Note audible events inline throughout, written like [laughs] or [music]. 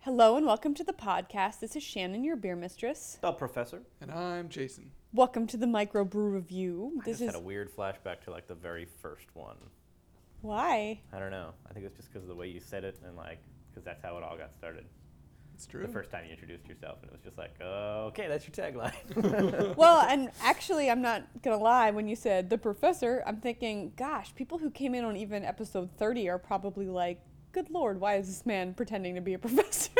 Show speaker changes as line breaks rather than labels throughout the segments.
Hello and welcome to the podcast. This is Shannon, your beer mistress.
The professor.
And I'm Jason.
Welcome to the microbrew review.
I
This
just had
is
a weird flashback to like the very first one. [laughs]
why
I don't know. I think it was just because of the way you said it and like because that's how it all got started.
It's true.
The first time you introduced yourself and it was just like, oh, okay, that's
[laughs]
your tagline.
well, and actually, I'm not gonna lie. When you said the professor, I'm thinking, gosh, people who came in on even episode 30 are probably like, good lord, why is this man pretending to be a [laughs] professor?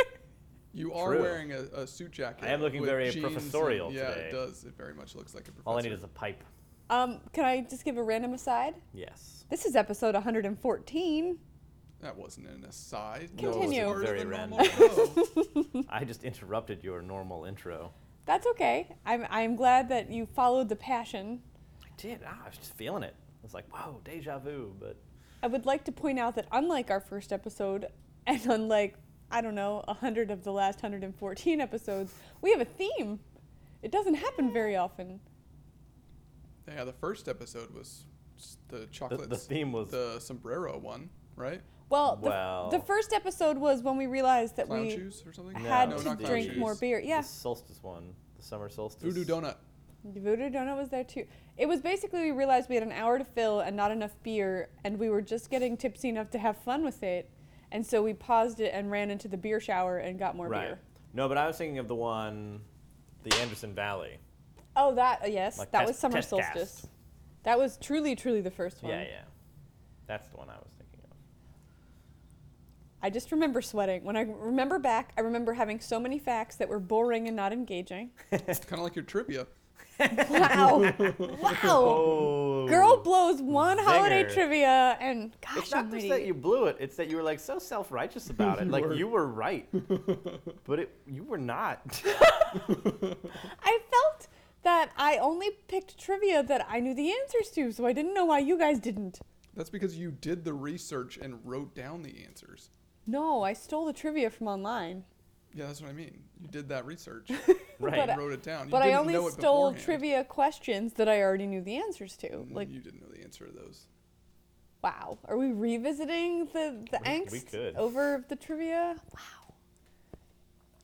You are
True.
wearing a, a suit jacket.
I am looking
with
very
jeans and-
professorial
yeah,
today.
it does. It very much looks like a professor.
all I need is a pipe.
um, can I just give a random aside?
Yes.
This is episode 114.
That wasn't an aside.
No, it was Continue.
That was
very
very
random.
random.
[laughs]
Whoa.
[laughs] I just interrupted your normal intro.
That's okay. I'm I'm glad that you followed the passion
I did. Ah, I was just feeling it. I was like, whoa, deja vu. But
I would like to point out that unlike our first episode, and unlike, I don't know, 100 of the last 114 episodes, we have a theme. It doesn't happen very often.
yeah, the first episode was s- the
the,
chocolates.
the theme was
the sombrero one, right?
Well, Oh, the,
Well.
the first episode was when we realized that
Clown
we
shoes or something?
had
No,
to
not clown
drink
shoes.
more beer. Yeah,
the solstice one, the summer solstice.
Voodoo donut.
Voodoo Donut was there too. It was basically we realized we had an hour to fill and not enough beer, and we were just getting tipsy enough to have fun with it. And so we paused it and ran into the beer shower and got more
Right.
beer.
No, but I was thinking of the one, the Anderson Valley.
Oh, that uh, yes,
Like
that
test-
was summer
test
solstice.
cast.
That was truly, truly the first one.
Yeah, yeah. That's the one I was thinking of.
I just remember sweating. When I remember back, I remember having so many facts that were boring and not
[laughs]
engaging.
It's kind of like your trivia.
Wow, wow.
Oh.
Girl blows one holiday
Zinger.
trivia, and gosh,
It's not just that
almighty.
you blew it, it's that you were like so self righteous about it.
[laughs] You
like
were.
you were
[laughs]
right. but it you were not.
I felt that I only picked trivia that I knew the answers to, so I didn't know why you guys didn't.
That's because you did the research and wrote down the answers.
No, I stole the trivia from online.
Yeah, that's what I mean. You did that
[laughs]
research.
right.
But-
wrote it down. You
but I
didn't
only
know it
stole
beforehand.
trivia questions that I already knew the answers to.
Mm,
Like,
you didn't know the answer to those.
Wow. Are we revisiting the, the
We-
angst
we could.
over the trivia? Wow.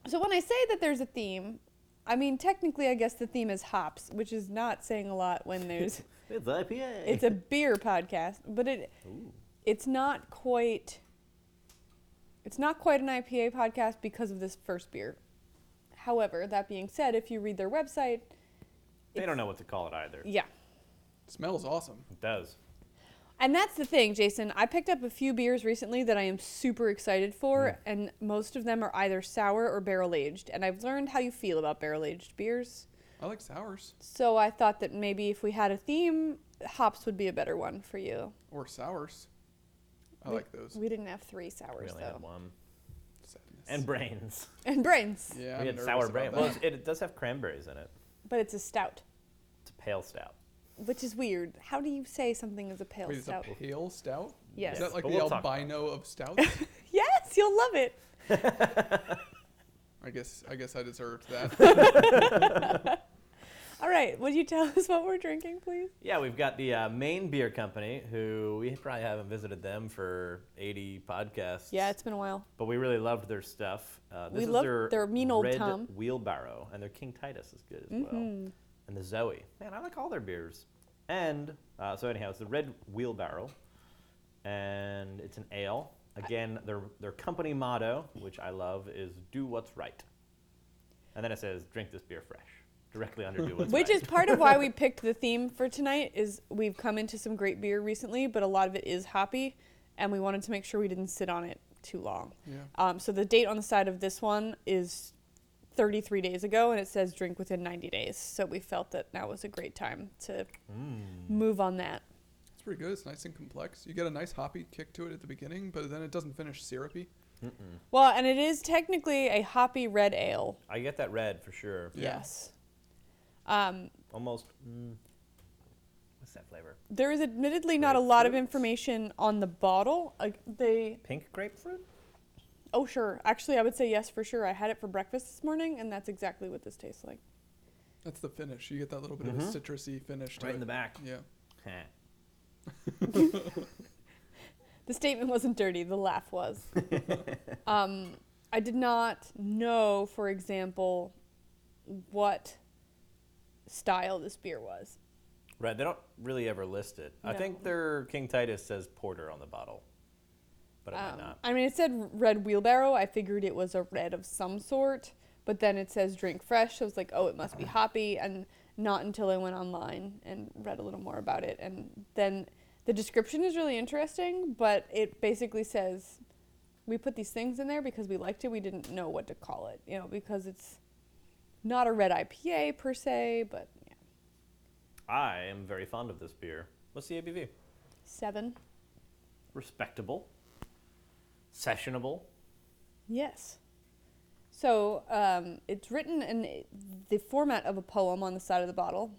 So when I say that there's a theme, I mean technically I guess the theme is hops, which is not saying a lot when there's
it's IPA.
it's a beer podcast, but it
Ooh.
it's not quite it's not quite an IPA podcast because of this first beer. However, that being said, if you read their website,
They don't know what to call it either.
yeah.
smells awesome.
It does.
And that's the thing, Jason. I picked up a few beers recently that I am super excited
Mm.
for, and most of them are either sour or barrel aged. And I've learned how you feel about barrel aged beers.
I like sours
So I thought that maybe if we had a theme, hops would be a better one for you.
or sours. I
We-
like those.
We didn't have three
We
sours,
only had
though.
one.
Sadness.
And brains.
And brains.
[laughs] yeah,
we
I'm
had
nervous
sour
about
brains.
that.
Well, it's- it, it does have cranberries in it.
But it's a stout,
It's a pale stout.
which is weird. How do you say something is a pale
Wait, it's
stout?
a pale stout.
Yes.
Is that like
But
the
we'll talk about
albino of
[laughs]
stouts?
yes, you'll love it.
I guess I guess I deserved
[laughs]
that.
All right, would you tell [laughs] us what we're drinking, please?
Yeah, we've got the uh, main beer company who we probably haven't visited them for 80 podcasts.
Yeah, it's been a while.
But we really loved their stuff. Uh, this
We
is
loved
their,
their mean old
red
Tom. Mm-hmm.
wheelbarrow, and their King Titus is good as well. And the Zoe. Man, I like all their beers. And uh, so anyhow, it's the red wheelbarrow, and it's an ale. Again, their their company motto, which I love, is "Do what's right." And then it says, "Drink this beer fresh." Directly
[laughs]
under "Do what's
Which
right."
is part of why we picked the theme for tonight is we've come into some great beer recently, but a lot of it is hoppy, and we wanted to make sure we didn't sit on it too long.
yeah.
Um, so the date on the side of this one is 33 days ago, and it says drink within 90 days. So we felt that now was a great time to move on that.
It's pretty good. It's nice and complex. You get a nice hoppy kick to it at the beginning, but then it doesn't finish syrupy.
Well, and it is technically a hoppy red ale.
I get that red for sure.
Yeah.
Yes. Um,
Almost. Mm, what's that flavor?
there is admittedly not a lot of
Grapefruits.
information on the bottle. Like they
Pink grapefruit.
Oh, sure. Actually, I would say yes for sure. I had it for breakfast this morning, and that's exactly what this tastes like.
That's the finish. You get that little bit of
Mhm.
a citrusy finish to
Right
it.
in the back.
Yeah.
Heh.
The statement wasn't dirty, the laugh was. um, I did not know, for example, what style this beer was.
Right. They don't really ever list it. I
No.
think their King Titus says porter on the bottle, but it
Um,
might not.
I mean, it said red wheelbarrow. I figured it was a red of some sort, but then it says drink fresh. So I was like, oh, it must be hoppy. And not until I went online and read a little more about it. And then the description is really interesting, but it basically says we put these things in there because we liked it. We didn't know what to call it, you know, because it's not a red IPA per se, but yeah.
I am very fond of this beer. What's the ABV?
Seven.
Respectable, sessionable.
Yes. So um, it's written in a- the format of a poem on the side of the bottle.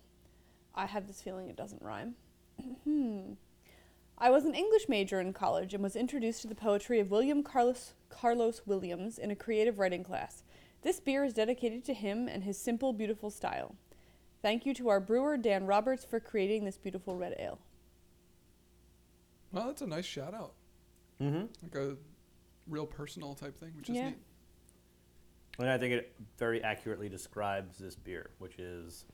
I have this feeling it doesn't rhyme. Hmm. I was an English major in college and was introduced to the poetry of William Carlos, Carlos Williams in a creative writing class. This beer is dedicated to him and his simple, beautiful style. Thank you to our brewer, Dan Roberts, for creating this beautiful red ale.
Well, that's a nice shout out.
Mm-hmm.
Like a real personal type thing, which is
Yeah.
neat.
And I think it very accurately describes this beer, which is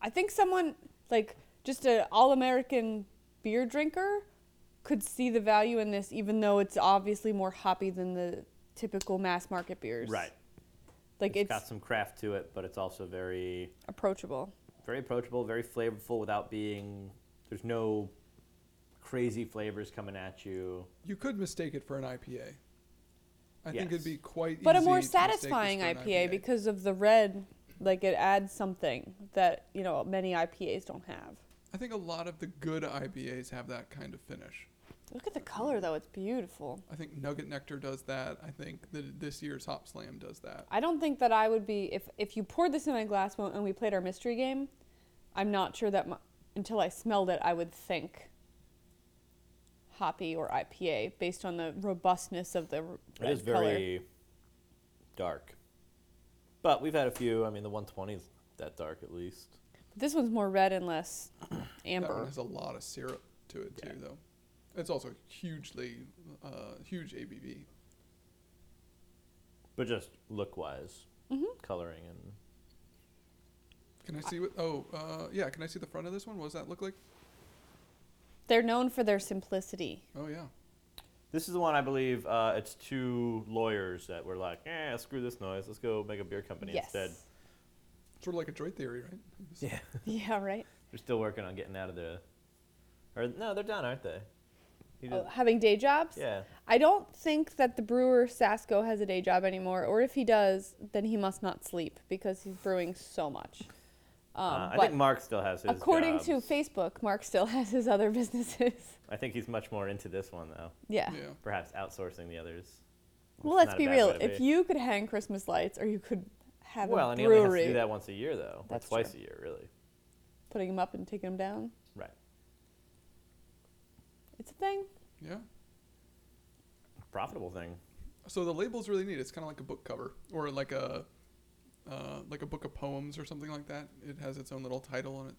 I think someone like just an all-American beer drinker could see the value in this, even though it's obviously more hoppy than the typical mass market beers.
right.
Like it's,
got some craft to it, but it's also very,
approachable.
very approachable, very flavorful without being. There's no crazy flavors coming at you.
You could mistake it for an IPA. I think
Yes.
it'd be quite
But a
easy
more
to mistake this
satisfying
for an
IPA, because of the red. Like it adds something that you know many IPAs don't have.
I think a lot of the good IPAs have that kind of finish.
Look at the color though; it's beautiful.
I think Nugget Nectar does that. I think that this year's Hop Slam does that.
I don't think that I would be if if you poured this in my glass when, and we played our mystery game. I'm not sure that my, until I smelled it, I would think hoppy or IPA based on the robustness of the r-
It
red
is very dark. But we've had a few. I mean, the 120 is that dark at least.
color. This one's more red and
[coughs]
less
That one
amber.
has a lot of syrup to it
Yeah.
too, though. It's also hugely, uh, huge ABV.
But just look wise,
Mm-hmm.
coloring and
Can I see what? Oh, uh, yeah. Can I see the front of this one? What does that look like?
They're known for their simplicity.
Oh yeah.
This is the one I believe. Uh, it's two lawyers that were like, "Eh, screw this noise. Let's go make a beer company
yes.
instead."
Sort of like a droid theory, right? It's-
Yeah,
[laughs] Yeah.
[laughs]
Right.
they're still working on getting out of the. Or no, they're done, aren't they? He
Oh,
did-
having day jobs.
yeah,
I don't think that the brewer Sasko has a day job anymore, or if he does, then he must not sleep because he's brewing so much. Um,
uh, I
but-
think Mark still has his.
According to
jobs.
Facebook, Mark still [laughs] has his other businesses. [laughs]
I think he's much more into this one though.
Yeah.
Yeah.
Perhaps outsourcing the others.
Well,
It's
let's
not a
be
bad
real.
way to
If
be.
you could hang Christmas lights, or you could have
well,
a
and he only has to
brewery
do that once a year though,
That's
or twice
true.
a year really.
putting them up and taking them down,
Right.
it's a thing.
Yeah.
Profitable thing.
So the label's really neat. It's kind of like a book cover or like a, uh, like a book of poems or something like that. It has its own little title and it.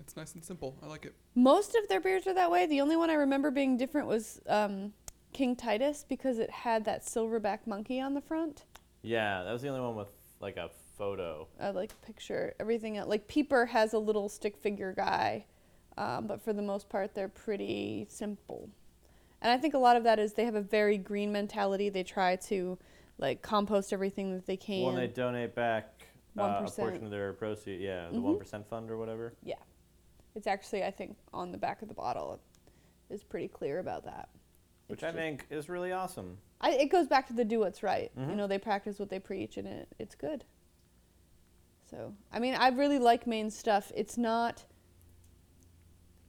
It's nice and simple. I like it.
Most of their beers are that way. The only one I remember being different was um, King Titus because it had that silverback monkey on the front,
Yeah, that was the only one with like a photo.
uh, like a picture. Everything else, like Peeper has a little stick figure guy, um, but for the most part, they're pretty simple. And I think a lot of that is they have a very green mentality. They try to like compost everything that they can.
Well, and they donate back uh, a
1%.
portion of their proceeds. Yeah, the
Mhm.
one fund or whatever.
yeah. It's actually I think on the back of the bottle it is pretty clear about that.
which
It's
I
just-
think is really awesome.
I, it goes back to the do what's right. You
Mhm.
know, they practice what they preach and it it's good. So, I mean, I really like Maine stuff. It's not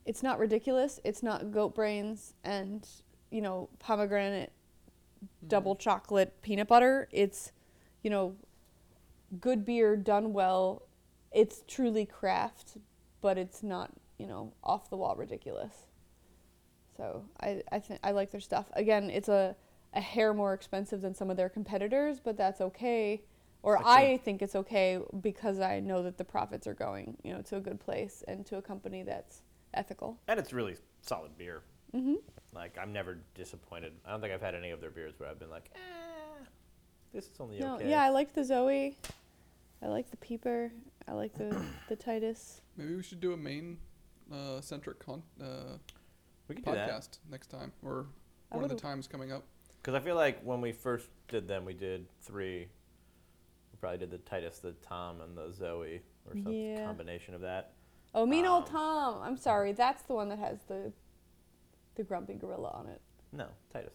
it's not ridiculous. It's not goat brains and, you know, pomegranate double chocolate peanut butter. It's, you know, good beer done well. It's truly craft, but it's not, you know, off the wall ridiculous. So I, I think I like their stuff. Again, it's a, a hair more expensive than some of their competitors, but that's okay. Or
That's
I
true.
think it's okay because I know that the profits are going, you know, to a good place and to a company that's ethical.
And it's really solid beer.
Mm-hmm.
Like I'm never disappointed. I don't think I've had any of their beers where I've been like, eh, this is only
No,
okay.
yeah, I like the Zoe. I like the Peeper. I like
[coughs]
the the Titus.
Mm-hmm. Maybe we should do a main uh, centric con- uh,
we could do that
podcast next time or
I
one of the
would've-
times coming up.
because I feel like when we first did them, we did three. We probably did the Titus, the Tom, and the Zoe, or some
Yeah.
combination of that.
Oh, mean old
Um,
Tom. I'm sorry. That's the one that has the the grumpy gorilla on it.
No, Titus.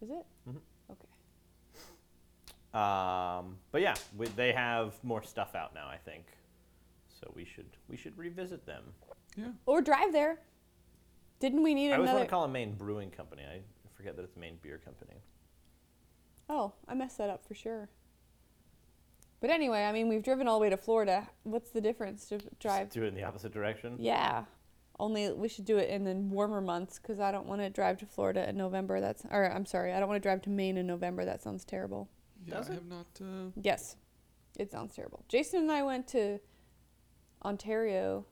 Is it?
Mhm.
Okay.
Um, but yeah, we, they have more stuff out now, I think. So we should we should revisit them.
Yeah.
Or drive there. Didn't we need
I always
another?
want to call them Maine Brewing Company. I forget that it's Maine Beer Company.
oh, I messed that up for sure. But anyway, I mean, we've driven all the way to Florida. What's the difference to drive?
Just do it in the opposite direction.
Yeah. Only we should do it in the warmer months because I don't want to drive to Florida in November. That's or I'm sorry, I don't want to drive to Maine in November. That sounds terrible.
Yeah,
Does
I
it?
have not. Uh,
Yes, it sounds terrible. Jason and I went to Ontario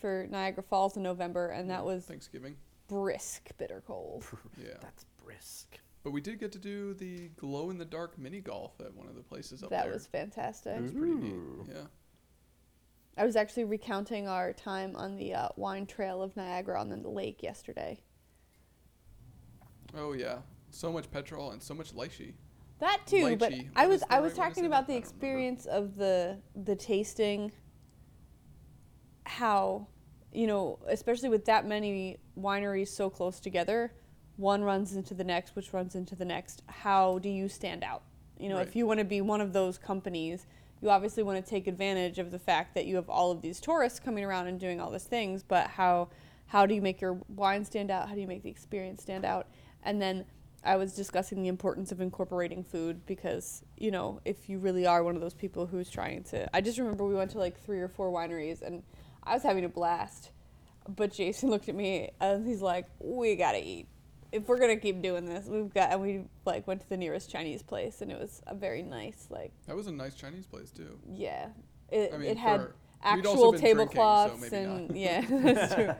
for Niagara Falls in November, and that was
Thanksgiving.
brisk, bitter cold.
Yeah.
That's brisk.
But we did get to do the glow in the dark mini golf at one of the places up
That
there.
was fantastic.
It was pretty neat.
Ooh.
Yeah.
I was actually recounting our time on the uh, wine trail of Niagara on the lake yesterday.
Oh yeah. So much petrol and so much lychee.
That too, but
Lychee.
I
What
was
is the
I was
right way to
talking
say
about
that?
the
I don't remember.
experience of the the tasting how you know, especially with that many wineries so close together, one runs into the next, which runs into the next. How do you stand out? You know, if
Right.
you want to be one of those companies, you obviously want to take advantage of the fact that you have all of these tourists coming around and doing all these things, but how how do you make your wine stand out? How do you make the experience stand out? And then I was discussing the importance of incorporating food because, you know, if you really are one of those people who's trying to I just remember we went to like three or four wineries and I was having a blast. But Jason [laughs] looked at me and he's like, "We gotta eat. If we're gonna keep doing this, we've got." And we like went to the nearest Chinese place, and it was a very nice, like,
That was a nice Chinese place too.
yeah, it,
I mean,
it had
for- we'd
actual
also been drinking, so
tablecloths
maybe
and
not. [laughs]
yeah, [laughs] that's true.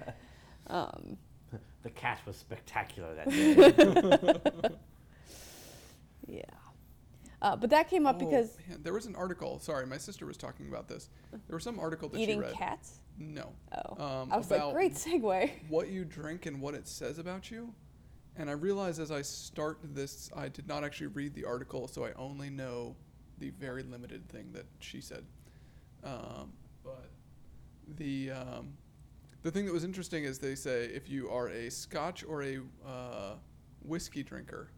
Um, [laughs]
The cat was spectacular that day.
yeah, uh, but that came up
Oh,
because
man, there was an article. Sorry, my sister was talking about this. There was some article that she
eating
read.
cats.
No.
Oh,
Um,
I was like,
about
great segue. [laughs]
what you drink and what it says about you. And I realized as I start this, I did not actually read the article, so I only know the very limited thing that she said. Um, but the um, the thing that was interesting is they say if you are a Scotch or a uh, whiskey drinker,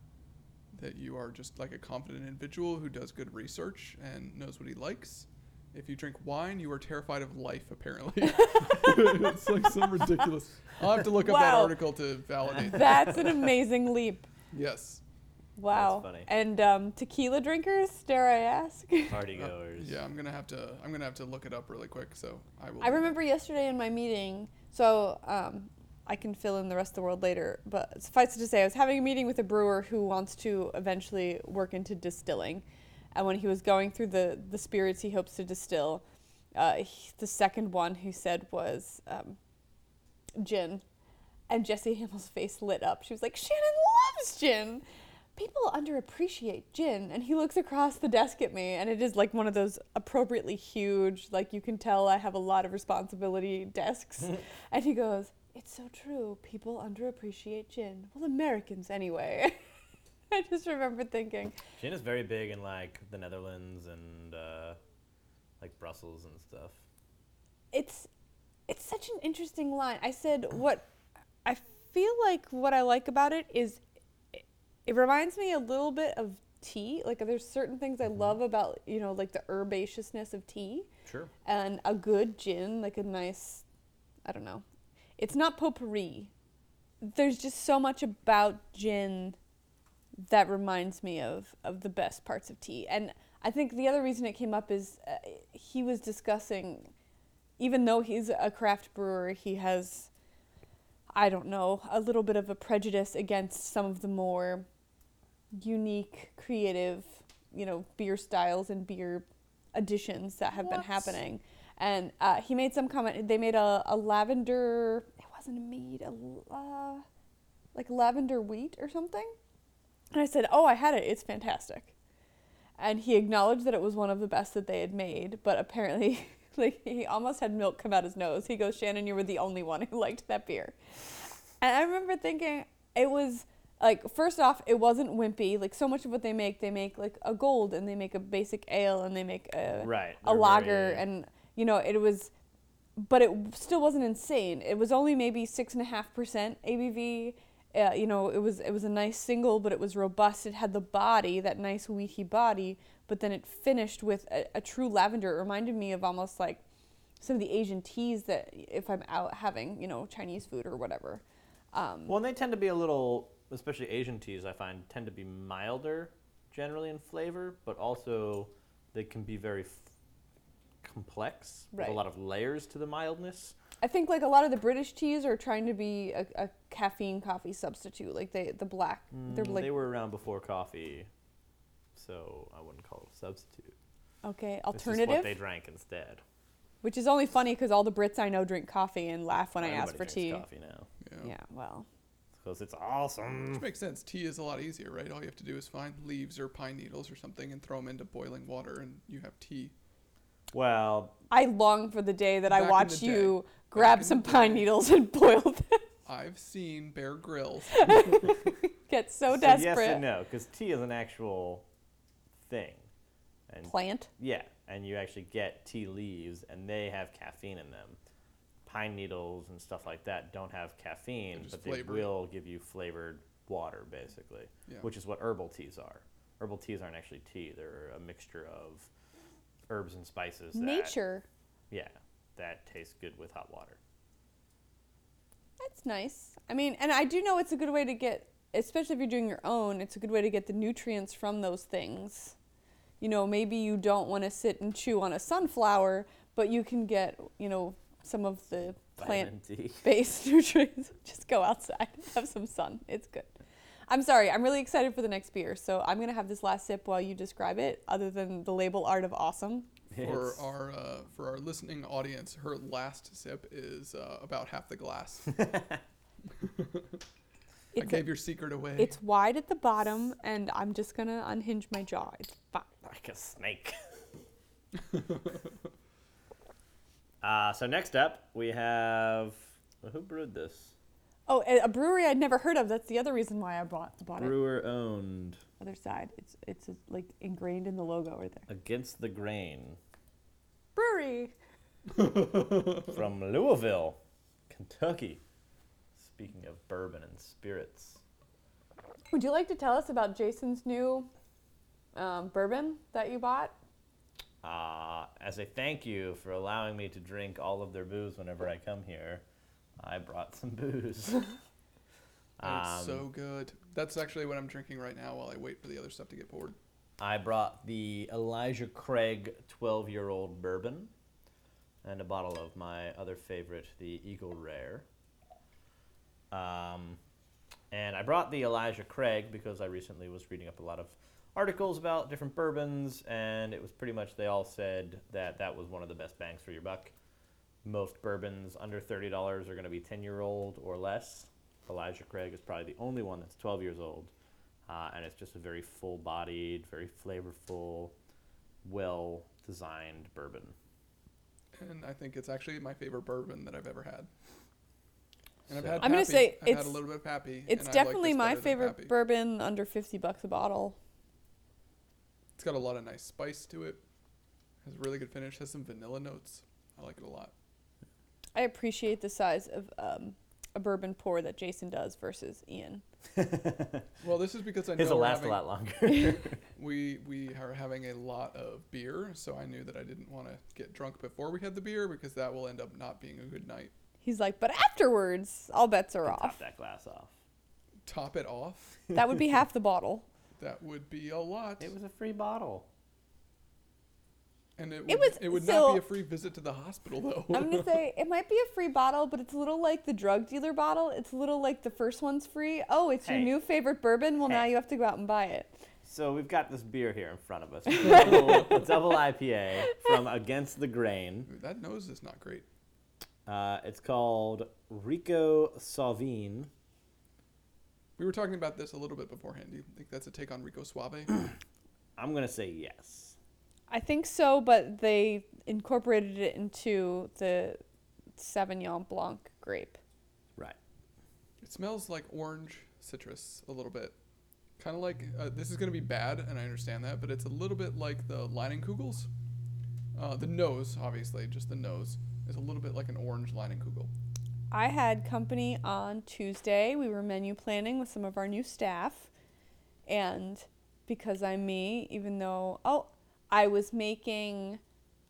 that you are just like a confident individual who does good research and knows what he likes. If you drink wine, you are terrified of life. Apparently, [laughs] it's like some ridiculous. I'll have to look up that
Wow.
article to validate. that.
That's an amazing leap.
Yes.
Wow.
funny.
And um, tequila drinkers, dare I ask? [laughs]
Party
Uh,
goers.
yeah, I'm gonna have to. I'm gonna have to look it up really quick. So I will.
I remember yesterday in my meeting, so um, I can fill in the rest of the world later, but suffice it to say, I was having a meeting with a brewer who wants to eventually work into distilling. And when he was going through the, the spirits he hopes to distill, uh, he- the second one he said was um, gin. And Jesse Hamel's face lit up. She was like, Shannon loves gin. People underappreciate gin. And he looks across the desk at me, and it is like one of those appropriately huge, like you can tell I have a lot of responsibility desks. and he goes, It's so true. People underappreciate gin. Well, Americans anyway. [laughs] I just remember thinking,
Gin is very big in like the Netherlands and uh, like Brussels and stuff.
it's it's such an interesting line. I said what I feel like what I like about it is it, it reminds me a little bit of tea. Like there's certain things I love about, you know, like the herbaceousness of tea
Sure.
and a good gin, like a nice I don't know. It's not potpourri. There's just so much about gin that reminds me of of the best parts of tea. And I think the other reason it came up is uh, he was discussing even though he's a craft brewer, he has, I don't know, a little bit of a prejudice against some of the more unique, creative, you know, beer styles and beer additions that have been
What?
happening. And uh, he made some comment. They made a, a lavender. It wasn't a mead. A, la- like lavender wheat or something. And I said, Oh, I had it. It's fantastic. And he acknowledged that it was one of the best that they had made, but apparently, [laughs] like, he almost had milk come out his nose. He goes, Shannon, you were the only one who [laughs] liked that beer. And I remember thinking, it was like, first off, it wasn't wimpy. Like, so much of what they make, they make like a gold and they make a basic ale and they make a,
Right,
a
they're
lager.
very-
And, you know, it was, but it still wasn't insane. It was only maybe six and a half percent ABV. Uh, you know, it was it was a nice single, but it was robust. It had the body, that nice wheaty body, but then it finished with a, a true lavender. It reminded me of almost like some of the Asian teas that if I'm out having, you know, Chinese food or whatever. Um,
Well, and they tend to be a little, especially Asian teas, I find, tend to be milder generally in flavor, but also they can be very f- complex with a
Right.
lot of layers to the mildness.
I think like a lot of the British teas are trying to be a, a caffeine coffee substitute, like they the black. They're
Mm,
like
they were around before coffee, so I wouldn't call it a substitute.
okay
This is what they
alternative,
drank instead.
which is only funny because all the Brits I know drink coffee and laugh when I ask
Everybody
for
drinks
tea.
coffee now
Yeah, well,
because it's awesome.
Mm.
Which makes sense. Tea is a lot easier, right? All you have to do is find leaves or pine needles or something and throw them into boiling water, and you have tea.
Well,
I long for the day that
Back in
I
the
watch you
day. Back
grab
in
some
the
pine
day.
needles and [laughs] boil them.
I've seen
[laughs]
Bear Grylls.
Get so,
so
desperate.
yes and no, because tea is an actual thing, and
Plant.
Yeah, and you actually get tea leaves, and they have caffeine in them. Pine needles and stuff like that don't have caffeine,
just
but they
flavored.
will give you flavored water, basically,
Yeah.
which is what herbal teas are. Herbal teas aren't actually tea; they're a mixture of herbs and spices. That,
Nature.
Yeah, that tastes good with hot water.
That's nice. I mean, and I do know it's a good way to get, especially if you're doing your own, it's a good way to get the nutrients from those things. You know, maybe you don't want to sit and chew on a sunflower, but you can get, you know, some of the plant
Vitamin D. [laughs]
[laughs] based nutrients. Just go outside, have some sun. It's good. I'm sorry, I'm really excited for the next beer. So I'm going to have this last sip while you describe it, other than the label art of awesome.
for
It's-
our uh, for our listening audience, her last sip is uh, about half the glass. I
[laughs] It's,
gave your secret away.
it's wide at the bottom, and I'm just going to unhinge my jaw. It's fine.
like a
[laughs]
snake. uh, so next up, we have who brewed this?
Oh, a a brewery I'd never heard of. That's the other reason why I bought bought it.
Brewer owned.
Other side, it's it's uh, like ingrained in the logo right there.
Against the Grain
Brewery.
from Louisville, Kentucky. Speaking of bourbon and spirits,
Would you like to tell us about Jason's new um, bourbon that you bought?
uh, as a thank you for allowing me to drink all of their booze whenever I come here, I brought some booze. [laughs]
And it's
Um,
so good. That's actually what I'm drinking right now while I wait for the other stuff to get poured.
I brought the Elijah Craig 12 year old bourbon and a bottle of my other favorite, the Eagle Rare. Um, and I brought the Elijah Craig because I recently was reading up a lot of articles about different bourbons, and it was pretty much they all said that that was one of the best bangs for your buck. Most bourbons under $30 are going to be 10 year old or less. Elijah Craig is probably the only one that's 12 years old. Uh, and it's just a very full bodied, very flavorful, well designed bourbon.
And I think it's actually my favorite bourbon that I've ever had. And I've
So-
had
I'm gonna
Pappy.
say
I've had
it's-
a little bit of Pappy.
It's
and I like
definitely
this
my
better than
favorite
Pappy.
bourbon under fifty bucks a bottle.
It's got a lot of nice spice to it. Has a really good finish. Has some vanilla notes. I like it a lot.
I appreciate the size of um, a bourbon pour that Jason does versus Ian.
[laughs]
[laughs]
Well, this is because I know
His will
we're
last
having,
a lot
[laughs]
longer.
We we are having a lot of beer, so I knew that I didn't want to get drunk before we had the beer because that will end up not being a good night.
He's like, but afterwards, all bets are
Top
off.
that glass off.
Top it off.
[laughs] That would be half the bottle.
That would be a lot.
It was a free bottle.
and it would,
It
it
was-
would
so-
not be a free visit to the hospital though.
I'm gonna
[laughs]
say it might be a free bottle, but it's a little like the drug dealer bottle. It's a little like the first one's free. Oh, it's your
Hey.
new favorite bourbon. Well, now
Hey.
you have to go out and buy it.
So we've got this beer here in front
[laughs]
of us. A double, a double IPA from Against the Grain.
Ooh, [laughs] that nose is not great.
Uh, it's called Rico Sauvin.
We were talking about this a little bit beforehand. Do you think that's a take on Rico Suave?
I'm gonna say yes.
I think so, but they incorporated it into the Sauvignon Blanc grape.
Right.
it smells like orange citrus a little bit. Kind of like uh, this is going to be bad, and I understand that, but it's a little bit like the Leinenkugels. Uh, the nose, obviously, just the nose, is a little bit like an orange Leinenkugel.
I had company on Tuesday. We were menu planning with some of our new staff. And because I'm me, even though oh, I was making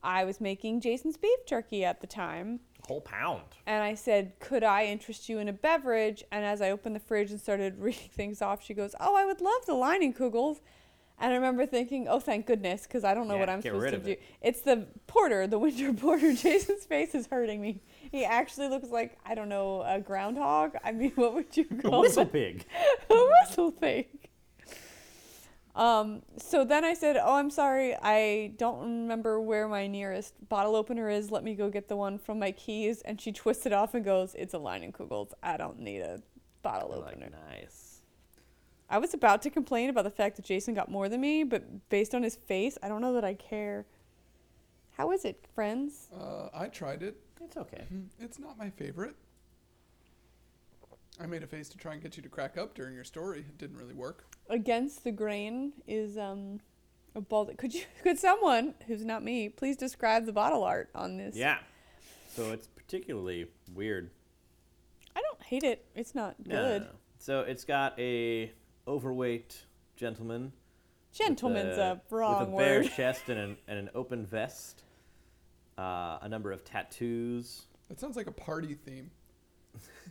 I was making Jason's beef jerky at the time.
Whole pound.
And I said, Could I interest you in a beverage? And as I opened the fridge and started [laughs] reading things off, she goes, Oh, I would love the lining kugels. And I remember thinking, Oh, thank goodness, because I don't know
Yeah,
what I'm
get
supposed
rid
to
of
do.
it.
It's the porter, the winter [laughs] porter. Jason's face is hurting me. He actually looks like, I don't know, a groundhog. I mean, [laughs] what would you
A
call
whistle
it?
pig.
a whistle thing. Um, so then I said, Oh, I'm sorry. I don't remember where my nearest bottle opener is. Let me go get the one from my keys. And she twists it off and goes, It's a Kugels. I don't need a bottle
Like,
opener.
nice.
I was about to complain about the fact that Jason got more than me, but based on his face, I don't know that I care. How is it, friends?
Uh, I tried it.
It's okay.
Mm, It's not my favorite. I made a face to try and get you to crack up during your story. It didn't really work.
Against the grain is um, a bald. Could you? [laughs] Could someone who's not me please describe the bottle art on this?
Yeah. So it's particularly weird.
I don't hate it. It's not
No, no,
good.
no. So it's got a overweight gentleman.
Gentleman's
with
a, wrong
With a bare
word. [laughs]
chest and an, and an open vest. Uh, a number of tattoos.
That sounds like a party theme.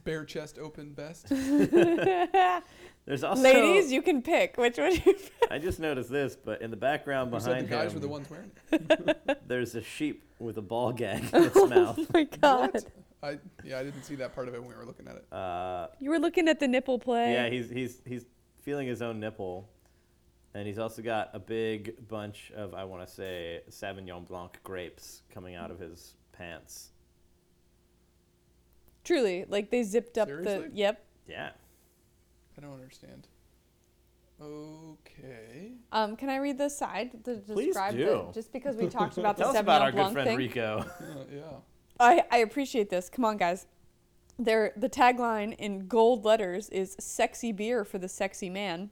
Bare chest, open vest.
[laughs]
There's also [laughs]
Ladies, you can pick which one you.
I just noticed this, but in the background
You said the
behind
guys
him,
were the ones wearing. it?
there's a sheep with a ball gag
[laughs]
in its mouth.
Oh my god!
What? I yeah, I didn't see that part of it when we were looking at it.
Uh,
You were looking at the nipple play.
yeah, he's he's he's feeling his own nipple, and he's also got a big bunch of I want to say Sauvignon Blanc grapes coming out
Hmm.
of his pants.
Truly, like they zipped up the.
Seriously?
Yep.
Yeah,
I don't understand. Okay.
Um, can I read the side to
Please
describe
do.
the, just because we talked
[laughs]
about the
tell us
Sauvignon
about our
Blanc
good friend
thing?
Rico.
Uh, yeah.
I, I appreciate this. Come on, guys. There, the tagline in gold letters is "Sexy beer for the sexy man."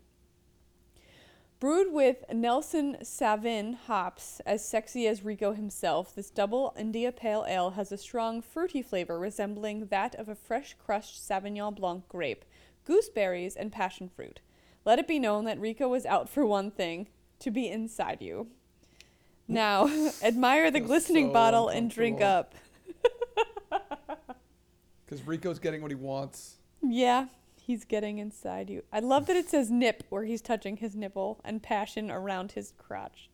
Brewed with Nelson Savin hops, as sexy as Rico himself, this double India Pale Ale has a strong fruity flavor resembling that of a fresh crushed Sauvignon Blanc grape, gooseberries, and passion fruit. Let it be known that Rico was out for one thing to be inside you. Now, [laughs] admire the
Feels
glistening
so
bottle and drink
uncomfortable.
up.
Because Rico's getting what he wants.
Yeah, he's getting inside you. I love that it says nip where he's touching his nipple and passion around his crotch.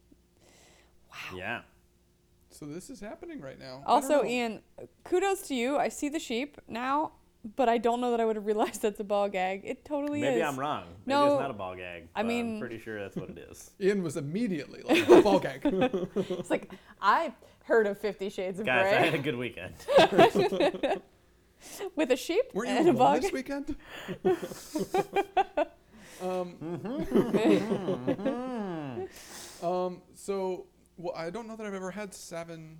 [laughs] yeah,
So this is happening right now. I don't
Also,
know.
Ian, kudos to you. I see the sheep now, but I don't know that I would have [laughs] realized that's a ball gag. It totally
maybe
is.
I'm wrong. Maybe
No,
it's not a ball gag.
I
but
mean-
I'm pretty sure that's what it is.
[laughs]
Ian was immediately like "Oh, ball gag.
It's like I heard of Fifty Shades of
Guys, I had
Grey
a good weekend.
[laughs] with a sheep
Were
and
you
a
alone
ball
this
gag.
weekend?
[laughs]
um,
Mm-hmm.
um. So well, I don't know that I've ever had seven.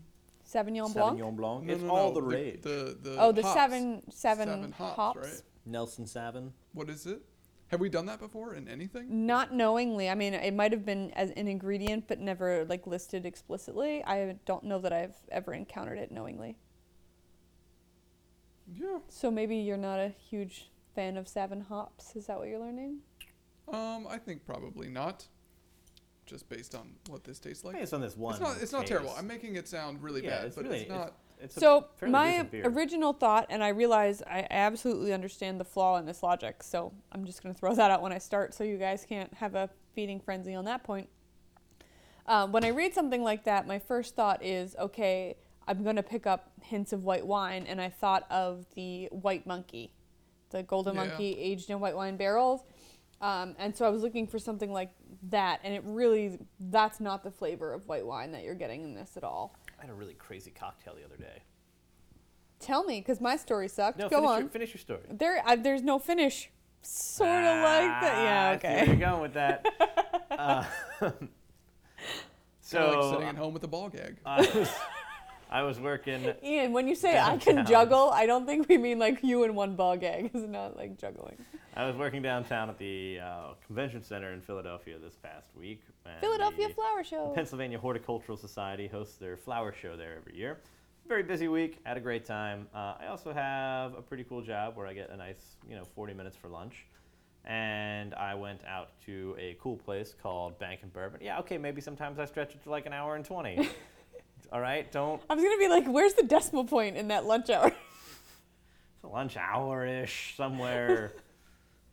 Sauvignon Blanc.
Sauvignon Blanc.
no,
it's
no,
all
no,
the rage.
The, the
oh, the
hops.
seven, seven
Seven hops,
hops.
right?
Nelson Savin.
What is it? Have we done that before in anything?
Not knowingly. I mean, it might have been as an ingredient, but never like listed explicitly. I don't know that I've ever encountered it knowingly.
Yeah.
So maybe you're not a huge fan of Savin hops. Is that what you're learning?
Um, I think probably not. Just based on what this tastes like.
Based on this one.
It's not. It's not terrible.
case.
I'm making it sound really
yeah,
bad,
it's
but
really,
it's not.
It's, it's a
so
fairly
my
decent beer.
original thought, and I realize I absolutely understand the flaw in this logic. So I'm just going to throw that out when I start, so you guys can't have a feeding frenzy on that point. Um, when I read something like that, my first thought is, okay, I'm going to pick up hints of white wine, and I thought of the White Monkey, the Golden
Yeah.
Monkey aged in white wine barrels. Um, and so I was looking for something like that, and it really, that's not the flavor of white wine that you're getting in this at all.
I had a really crazy cocktail the other day.
Tell me, because my story sucked.
No,
Go
finish,
on.
Your, finish your story.
There, I, there's no finish. sort of like that. Yeah,
Ah, I see Where you're
okay.
going with that? Uh,
Kinda like
so uh,
sitting at home with a ball gag.
[laughs] I was, I was working.
[laughs] Ian, when you say I can
Downtown.
juggle, I don't think we mean like you in one ball gag. [laughs] It's not like juggling.
I was working downtown at the uh, convention center in Philadelphia this past week. and
Philadelphia
the-
Flower
The
Show.
Pennsylvania Horticultural Society hosts their flower show there every year. Very busy week. Had a great time. Uh, I also have a pretty cool job where I get a nice, you know, 40 minutes for lunch. And I went out to a cool place called Bank and Bourbon. Yeah, okay, maybe sometimes I stretch it to like an hour and 20. All right, don't.
I was gonna be like, where's the decimal point in that lunch hour? [laughs]
It's a lunch hour ish
[laughs]
somewhere.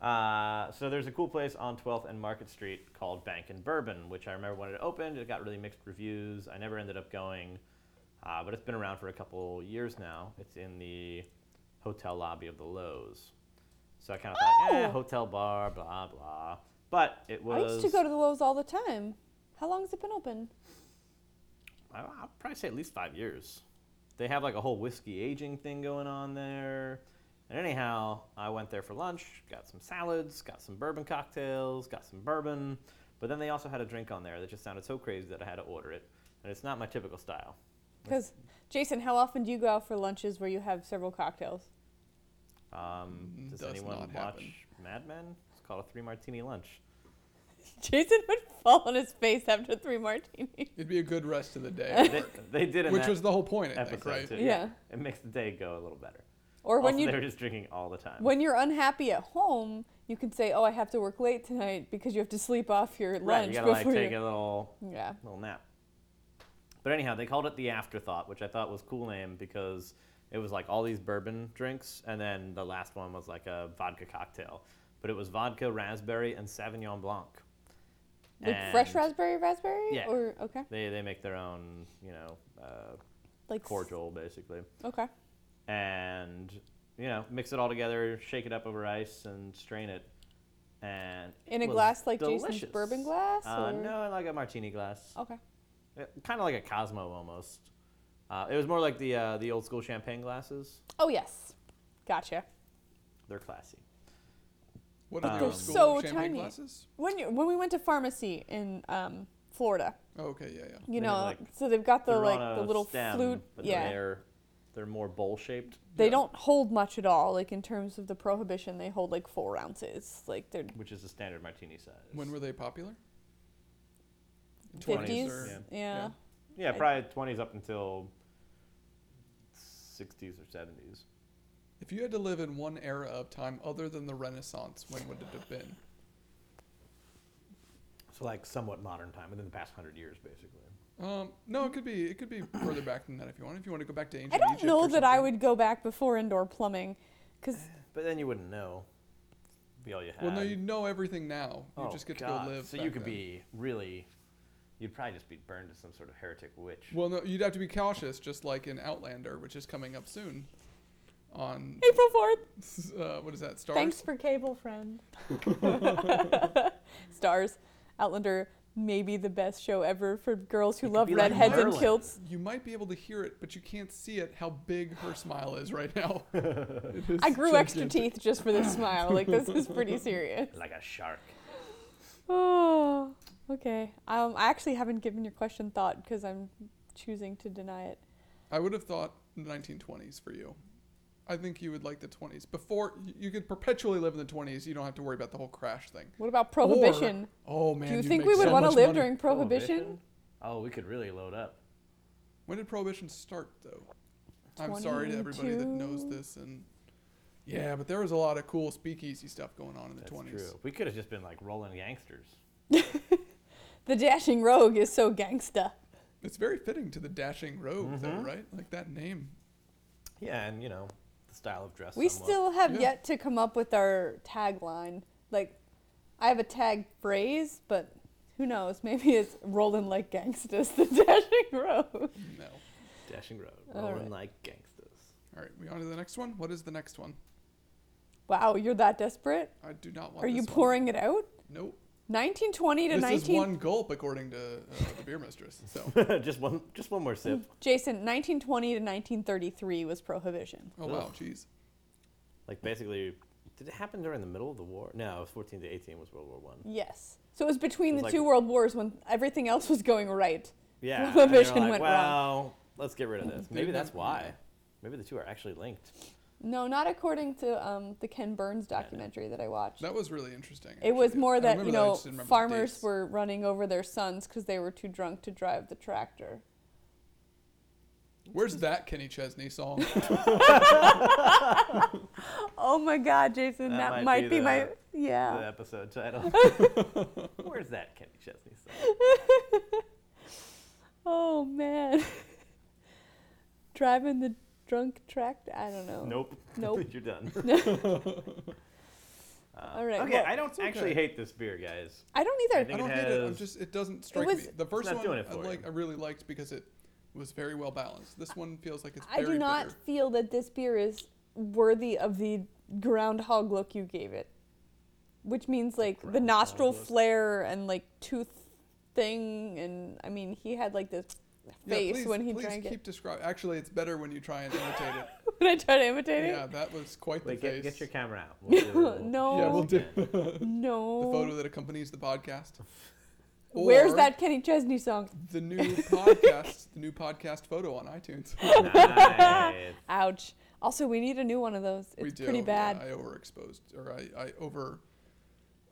uh, so there's a cool place on 12th and Market Street called Bank and Bourbon, which I remember when it opened, it got really mixed reviews. I never ended up going, uh, but it's been around for a couple years now. It's in the hotel lobby of the Lowe's. So I kind of thought, eh,
Oh.
hotel bar, blah, blah. But it was.
I used to go to the Lowe's all the time. How long has it been open?
I- I'll probably say at least five years. They have like a whole whiskey aging thing going on there. And anyhow, I went there for lunch, got some salads, got some bourbon cocktails, got some bourbon. But then they also had a drink on there that just sounded so crazy that I had to order it. And it's not my typical style.
Because Jason, how often do you go out for lunches where you have several cocktails? [laughs]
Um,
Mm,
does,
does
anyone
not
watch
happen.
Mad Men? It's called a three
[laughs]
martini lunch.
Jason would fall on his face after three martinis.
It'd be a good rest of the day. at
They,
work,
they did in
Which
that
was the whole point, I think,
episode
right?
too.
Yeah.
it makes the day go a little better.
Or when
Also, they
you
were just drinking all the time.
when you're unhappy at home, you can say, "Oh, I have to work late tonight because you have to sleep off your
right,
lunch
you gotta like
before
take
you."
a little
[laughs] Yeah.
little nap. But anyhow, they called it the afterthought, which I thought was cool name because it was like all these bourbon drinks, and then the last one was like a vodka cocktail. But it was vodka, raspberry, and Sauvignon Blanc.
Like fresh
And
raspberry, raspberry,
Yeah.
or okay,
They they make their own, you know, uh,
like s-
cordial basically,
Okay.
and you know, mix it all together, shake it up over ice, and strain it. And it
In a
was
glass like
delicious.
Jason's bourbon glass.
Uh,
or-
no, like a martini glass.
Okay.
kind of Eh, like a Cosmo almost. Uh, it was more like the uh, the old school champagne glasses.
Oh yes, gotcha.
They're classy.
What are
Um,
the
They're
old school
so
champagne
tiny.
glasses?
When you, when we went to pharmacy in um, Florida,
Oh, okay, yeah, yeah.
you
They have,
know,
like-
so they've got the
They're
like
on
the
a
little
stem,
flute.
but
Yeah.
they're they're more bowl shaped.
They
Yeah.
don't hold much at all. Like in terms of the prohibition, they hold like four ounces. Like they're
Which is the standard martini size.
When were they popular? 20s
50s.
or-
Yeah.
Yeah. yeah,
I-
probably twenties up until sixties or seventies.
If you had to live in one era of time other than the Renaissance, when would it have been?
So like somewhat modern time, within the past hundred years, basically.
Um, no, it could be it could be [coughs] further back than that if you want. If you want to go back to ancient
I don't
Egypt
know
or
that I
something.
would go back before indoor plumbing, because
But then you wouldn't know. Be all you had.
Well, no, you know everything now. You
Oh,
just get
God.
to go live.
So you
back
could
then.
be really. You'd probably just be burned as some sort of heretic witch.
Well, no, you'd have to be cautious, just like in Outlander, which is coming up soon. On
April Fourth.
[laughs] uh, what is that? Stars.
Thanks for cable, friend. [laughs] Stars, Outlander, maybe the best show ever for girls who
You could
love
be like
redheads and
Merlin.
kilts.
You might be able to hear it, but you can't see it. How big her smile is right now.
I grew extra teeth just for
[laughs]
this smile. Like this is pretty serious.
Like a shark.
[laughs] Oh, okay. Um, I actually haven't given your question thought because I'm choosing to deny it.
I would have thought 1920s for you. I think you would like the 20s. Before y- you could perpetually live in the 20s, you don't have to worry about the whole crash thing.
What about prohibition?
Oh man,
Do you
you'd
think
make
we would
so
want to
much
live
money.
during prohibition?
Oh, we could really load up.
When did prohibition start, though? I'm sorry to everybody that knows
22.
this and. Yeah, but there was a lot of cool speakeasy stuff going on in the
That's
20s.
true. We could have just been like rolling gangsters.
The dashing rogue is so gangsta.
It's very fitting to the dashing rogue, though,
Mhm.
right? Like that name.
Yeah, and you know, the style of dress.
We
somewhat.
still have
Yeah.
yet to come up with our tagline. Like, I have a tag phrase, but who knows? [laughs] Maybe it's rolling like gangsters, the [laughs] dashing rogue.
No.
dashing road,
All
rolling
right.
like gangsters. [laughs]
All right, we on to the next one. What is the next one?
Wow, you're that desperate?
I do not want.
Are you
this one.
pouring it out?
Nope.
1920 to
This
19.
is one gulp, according to uh, the beer mistress.
[laughs]
So.
just one, just one
[laughs]
more sip.
Jason, 1920 to 1933 was prohibition.
Oh wow,
Ugh.
jeez.
Like basically Did it happen during the middle of the war? No, it was 14 to 18 was World
[laughs]
War One.
Yes. So it was between
It was
the
like-
two world wars when everything else was going right.
Yeah. and they were
Prohibition
like,
went wrong.
well, let's get rid of this. Maybe
They've
that's
never-
why. Maybe the two are actually linked.
No, not according to um, the Ken Burns
no.
documentary that I watched.
That was really interesting.
It was
actually.
more
I
that
remember
you
I
know
just didn't remember the
farmers
dates.
were running over their sons because they were too drunk to drive the tractor.
Where's that Kenny Chesney song?
Oh my God, Jason, that, might, be,
the-
my yeah.
The episode
[laughs]
title. [laughs] Where's that Kenny Chesney song?
Oh man, [laughs] driving the drunk tractor. I don't know.
Nope.
[laughs] Nope.
[laughs] You're done. Uh,
All right,
Okay,
well-
I don't
okay.
actually hate this beer, guys.
I don't
I
either.
I
think
don't
it
hate it. I'm
has-
just it doesn't strike
was-
me. The first
not
one
doing it
I
for
like
you.
I really liked because it was very well balanced. This one feels like it's
I
very
do not
bitter.
feel that this beer is worthy of the groundhog look you gave it, which means like the
groundhog
nostril
look.
flare and like tooth thing, and I mean he had like this
Yeah,
face
please,
when he
please
drank
keep
it.
describing. Actually, it's better when you try and
[laughs]
imitate it.
When I try to imitate
yeah,
it,
that was quite
Wait,
the
get,
face.
get your camera
[laughs]
out. We'll do- we'll-
No.
yeah, we'll
[laughs]
do
again.
no.
[laughs] the photo that accompanies the podcast.
Where's
Or
that Kenny Chesney song? [laughs]
The new podcast, the new podcast photo on iTunes.
Nice.
Ouch. Also, we need a new one of those. It's
we do.
pretty
yeah,
bad.
I overexposed, or I, I over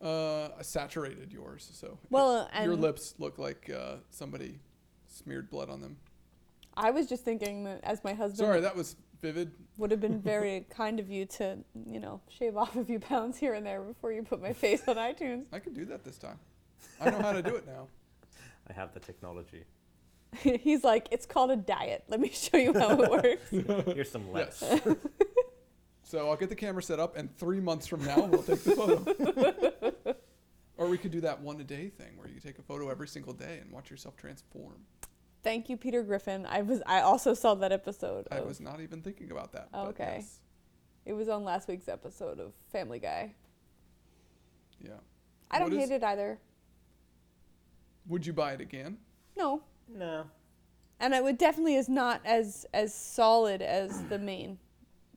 uh, saturated yours. So it-
Well,
your
and-
lips look like uh, somebody smeared blood on them.
I was just thinking that as my husband
Sorry, that was vivid.
would have been very [laughs] kind of you to, you know, shave off a few pounds here and there before you put my face on iTunes. [laughs]
I can do that this time. I know how to do it now.
I have the technology.
He's like, it's called a diet. Let me show you how
[laughs]
it works.
Here's some lettuce.
Yes. so I'll get the camera set up, and three months from now, we'll take the photo.
[laughs]
or we could do that one a day thing where you take a photo every single day and watch yourself transform.
Thank you, Peter Griffin. I was I also saw that episode.
I
of-
was not even thinking about that.
Oh,
but
okay.
yes.
It was on last week's episode of Family Guy.
Yeah.
I don't
What is-
hate it either.
Would you buy it again?
No.
[laughs] No.
And it would definitely is not as as solid as the main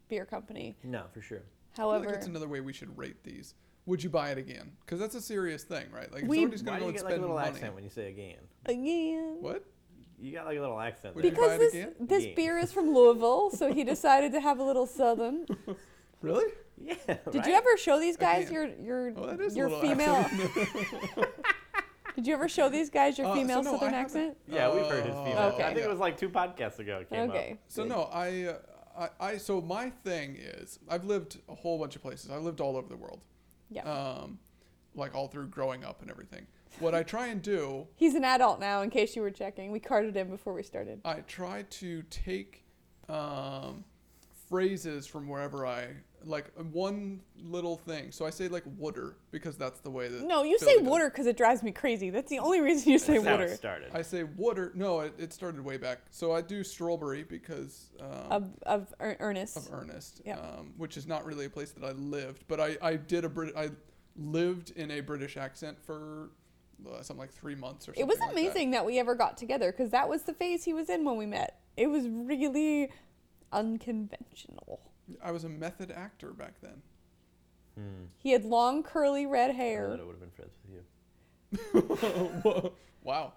beer company.
No, for sure.
I feel
However,
like that's another way we should rate these. Would you buy it again? Because that's a serious thing, right? Like, if
We-
somebody's
Why
going
do
to go
you
and
get like a
spend
little
money.
accent when you say again?
again.
What?
You got like a little accent.
Would
there.
you
Because
buy it
this
again?
this
Again.
beer is from Louisville, so
[laughs]
he decided to have a little southern.
Really?
[laughs] Yeah.
Did
right?
you ever show these guys
Again.
your your
Well, that is a
your
little
female? [laughs] Did you ever show these guys your
Uh, so
female
no, I
southern
haven't-
accent?
Yeah, we've heard his
Oh,
female.
Okay.
I think it was like two podcasts ago. It came
Okay.
So
good.
no, I, uh, I, I, so my thing is, I've lived a whole bunch of places. I've lived all over the world,
Yeah.
um, like all through growing up and everything. What I try and do,
He's an adult now. In case you were checking, we carded him before we started.
I try to take um, phrases from wherever I like one little thing. So I say like water because that's the way that.
No, you
Philly
say
does it.
water because it drives me crazy. That's the only reason you say
That's how
water.
it started.
I say water. No, it, it started way back. So I do strawberry because um,
Of of er- Ernest.
of Ernest,
Yep.
um, which is not really a place that I lived, but I, I did a Brit- I lived in a British accent for uh, something like three months or something.
it was
like that.
amazing that. we ever got together because that was the phase he was in when we met. It was really unconventional.
I was a method actor back then. [laughs]
Hmm.
He had long curly red
I don't know
hair.
that I would have been friends with you.
Wow.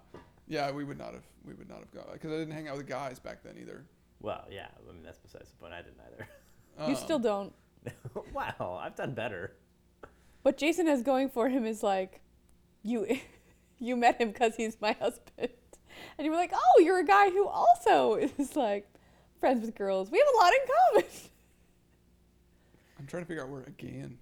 Yeah, we would not have we would not have gone because I didn't hang out with guys back then either.
Well, yeah. I mean, that's besides the point. I didn't either.
You still
Um,
don't.
[laughs] wow, I've done better.
What Jason has going for him is like, you, [laughs] you met him because he's my husband, and you were like, oh, you're a guy who also is like friends with girls. We have a lot in common. [laughs]
I'm trying to figure out where again.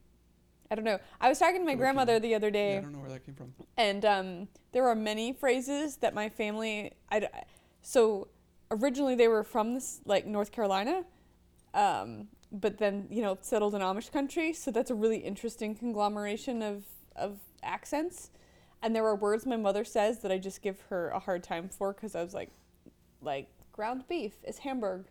I don't know. I was talking to my
Okay.
grandmother the other
Yeah, I
day,
don't know where that came from.
and um, there are many phrases that my family. I d- so originally they were from this like North Carolina, um, but then you know settled in Amish country. So that's a really interesting conglomeration of of accents, and there are words my mother says that I just give her a hard time for because I was like, like ground beef is Hamburg,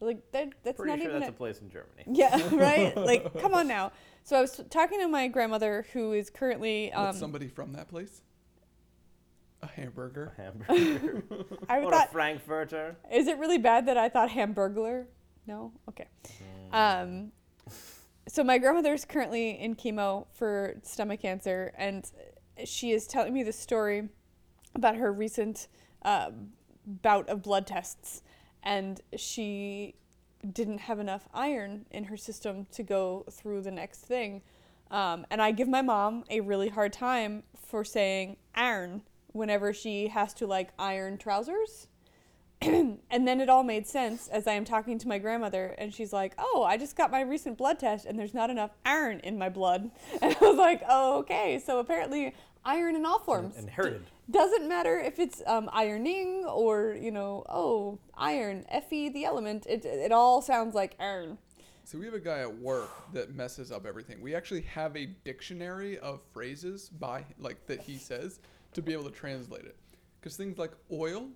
like that that's
Pretty
not
sure
even
that's
a-
a place
[laughs]
in Germany. [laughs]
yeah, right? Like, come on now. So I was talking to my grandmother who is currently.
What's
Um,
somebody from that place? A hamburger.
[laughs]
Hamburger.
I
or a
thought,
Frankfurter. Mm.
is it really bad that I thought hamburglar? No? Okay. Um, so my grandmother's currently in chemo for stomach cancer, and she is telling me this story about her recent uh, bout of blood tests, and she didn't have enough iron in her system to go through the next thing. Um, and I give my mom a really hard time for saying iron whenever she has to like iron trousers. [clears throat] and then it all made sense as I am talking to my grandmother, and she's like, "Oh, I just got my recent blood test, and there's not enough iron in my blood." [laughs] And I was like, "Oh, okay. So apparently, iron in all forms [laughs]
Inherited.
doesn't matter if it's um, ironing or you know, oh, iron, fe, the element. It it all sounds like iron.
So we have a guy at work that messes up everything. We actually have a dictionary of phrases by like that he says to be able to translate it. Because things like oil,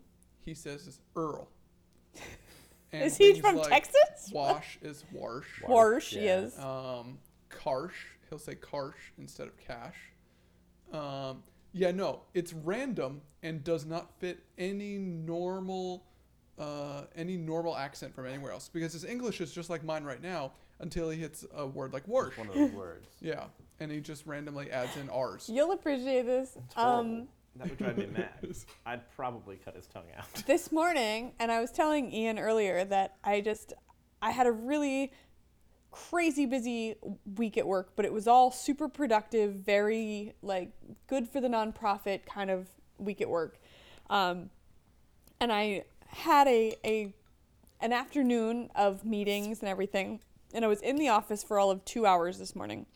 he says is
[laughs]
earl. And
Is he
things
from Texas?
Wash is wash.
Wash.
Warsh,
yeah. Oh.
yes.
Um, karsh, he'll say karsh instead of cash. Um, yeah, no, it's random and does not fit any normal, uh, any normal accent from anywhere else because his English is just like mine right now until he hits a word like warsh.
One of those words.
Yeah, and he just randomly adds in r's.
You'll appreciate this. Um,
Horrible. that would drive me mad.
[laughs]
I'd probably cut his tongue out.
this morning, and I was telling Ian earlier that I just I had a really crazy busy week at work, but it was all super productive, very like good for the nonprofit kind of week at work. Um, and I had a, a an afternoon of meetings and everything, and I was in the office for all of two hours this morning.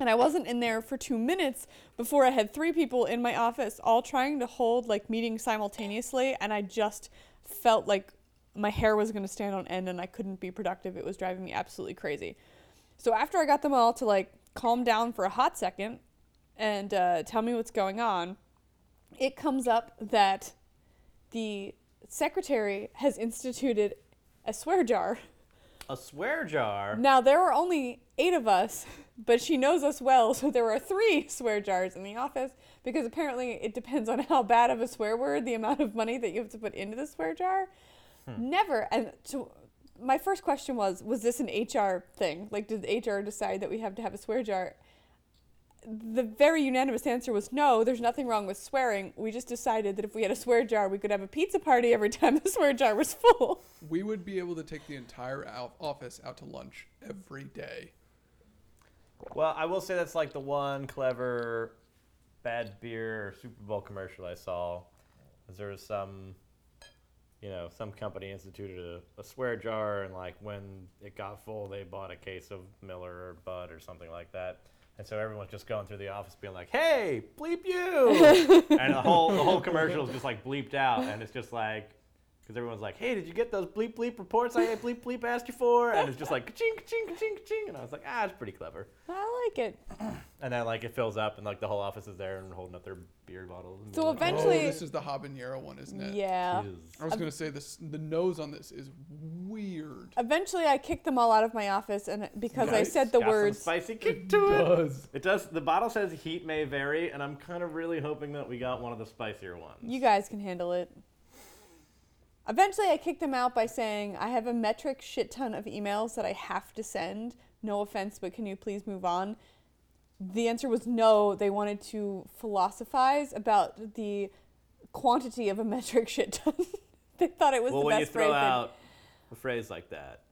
And I wasn't in there for two minutes before I had three people in my office all trying to hold like meetings simultaneously, and I just felt like my hair was going to stand on end and I couldn't be productive. It was driving me absolutely crazy. So after I got them all to like calm down for a hot second and uh, tell me what's going on, it comes up that the secretary has instituted a swear jar.
A swear jar.
Now there were only eight of us, [laughs] but she knows us well, so there were three [laughs] swear jars in the office because apparently it depends on how bad of a swear word, the amount of money that you have to put into the swear jar. Never. And to, my first question was, was this an HR thing? Like, did HR decide that we have to have a swear jar? The very unanimous answer was no, there's nothing wrong with swearing. We just decided that if we had a swear jar, we could have a pizza party every [laughs] time the swear jar was full.
We would be able to take the entire out- office out to lunch every day.
Well, I will say that's like the one clever bad beer Super Bowl commercial I saw. Is there was some, you know, some company instituted a, a swear jar, and like when it got full, they bought a case of Miller or Bud or something like that. And so everyone's just going through the office being like, "Hey, bleep you!" and the whole the whole commercial is just like bleeped out, and it's just like. Because everyone's like, "Hey, did you get those bleep bleep reports I bleep bleep asked you for?" And it's just like, "Ching, ching, ching, ching," and I was like, "Ah, it's pretty clever."
I like it.
And then like it fills up and like the whole office is there and holding up their beer bottles. And
So
being like,
Eventually-
oh, this is the habanero one, isn't it?
Yeah. Um,
"Jeez."
I was gonna say this. The nose on this is weird.
Eventually, I kicked them all out of my office, and because I
Nice.
said the
Got some
words,
spicy kick to it.
does.
It does. The bottle says heat may vary, and I'm kind of really hoping that we got one of the spicier ones.
you guys can handle it. Eventually, I kicked them out by saying, I have a metric shit ton of emails that I have to send. No offense, but can you please move on? The answer was no. They wanted to philosophize about the quantity of a [laughs] metric shit ton. they thought it was
well,
the
when
best
you throw
phrase they-
out a phrase like that,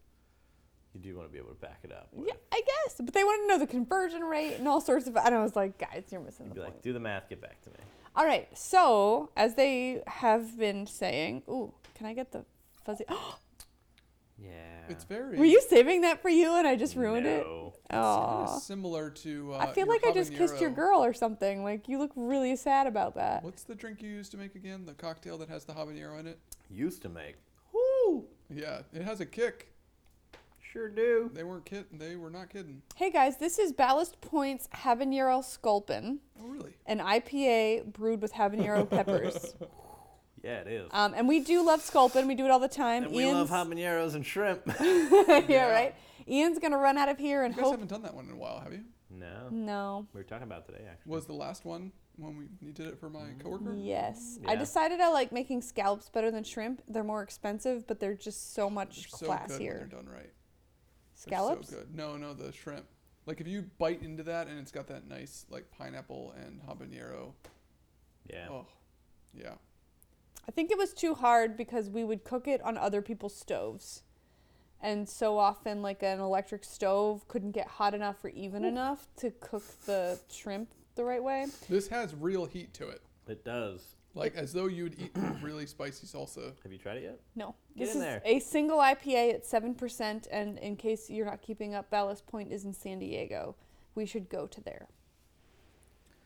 you do want to be able to back it up. With.
Yeah, I guess. But they wanted to know the conversion rate and all sorts of. And I was like, guys, you're missing the
Be
point.
like, do the math, get back to me.
All right. So, as they have been saying, ooh, can I get the fuzzy? [gasps]
Yeah.
It's very.
Were you saving that for you and I just ruined
No.
it?
Kind
Oh.
of similar to. Uh,
I feel
your
like I just kissed your
habanero-
girl or something. Like you look really sad about that.
What's the drink you used to make again? The cocktail that has the habanero in it.
Used to make. Whoo!
Yeah, it has a kick.
Sure do.
They weren't kid. They were not kidding.
Hey guys, this is Ballast Point's Habanero Sculpin,
Oh really?
an IPA brewed with
[laughs]
habanero peppers.
Yeah, it is.
Um, and we do love Sculpin. We do it all the time.
and we love
Ian's-
habaneros and shrimp. [laughs]
[laughs] yeah,
Yeah.
right. Ian's gonna run out of here and
You guys
hope.
haven't done that one in a while, have you?
no,
No.
we were talking about it today actually.
Was the last one when we you did it for my coworker?
Mm, Yes. I
Yeah.
decided I like making scallops better than shrimp. They're more expensive, but they're just so much
So good when
classier.
they're done right. They're
Scallops?
So good. No, no, the shrimp. Like if you bite into that and it's got that nice like pineapple and habanero.
Yeah.
Oh, yeah.
I think it was too hard because we would cook it on other people's stoves. And so often, like an electric stove couldn't get hot enough or even enough to cook the shrimp the right way.
This has real heat to it.
It does.
Like as though
[clears throat]
you'd eat really spicy salsa.
Have you tried it yet?
No.
Get
this
in
is
there.
a single IPA at 7%. And in case you're not keeping up, Ballast Point is in San Diego. We should go to there.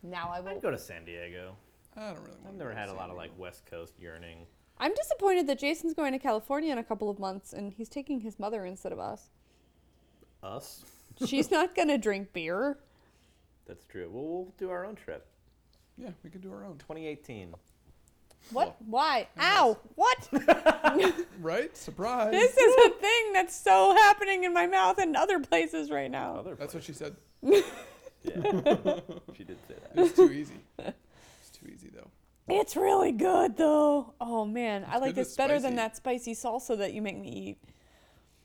Now I will.
I'd go to San Diego.
I don't really want
I've
to
never
go to
had a
San
lot of like
Diego.
West Coast yearning.
I'm disappointed that Jason's going to California in a couple of months and he's taking his mother instead of us.
Us.
She's not [laughs] going to drink beer.
That's true. Well, we'll do our own trip.
Yeah, we could do our own.
2018.
What?
Well,
Why?
yes.
Ow!
[laughs]
What?
Right? Surprise.
this is a thing that's so happening in my mouth and other places right now.
Other
Oh, That's what she said.
Yeah. [laughs] she did say that.
It was too easy. It's too easy though.
It's really good though. Oh man, I like
good, it's
this better
spicy.
than that spicy salsa that you make me eat.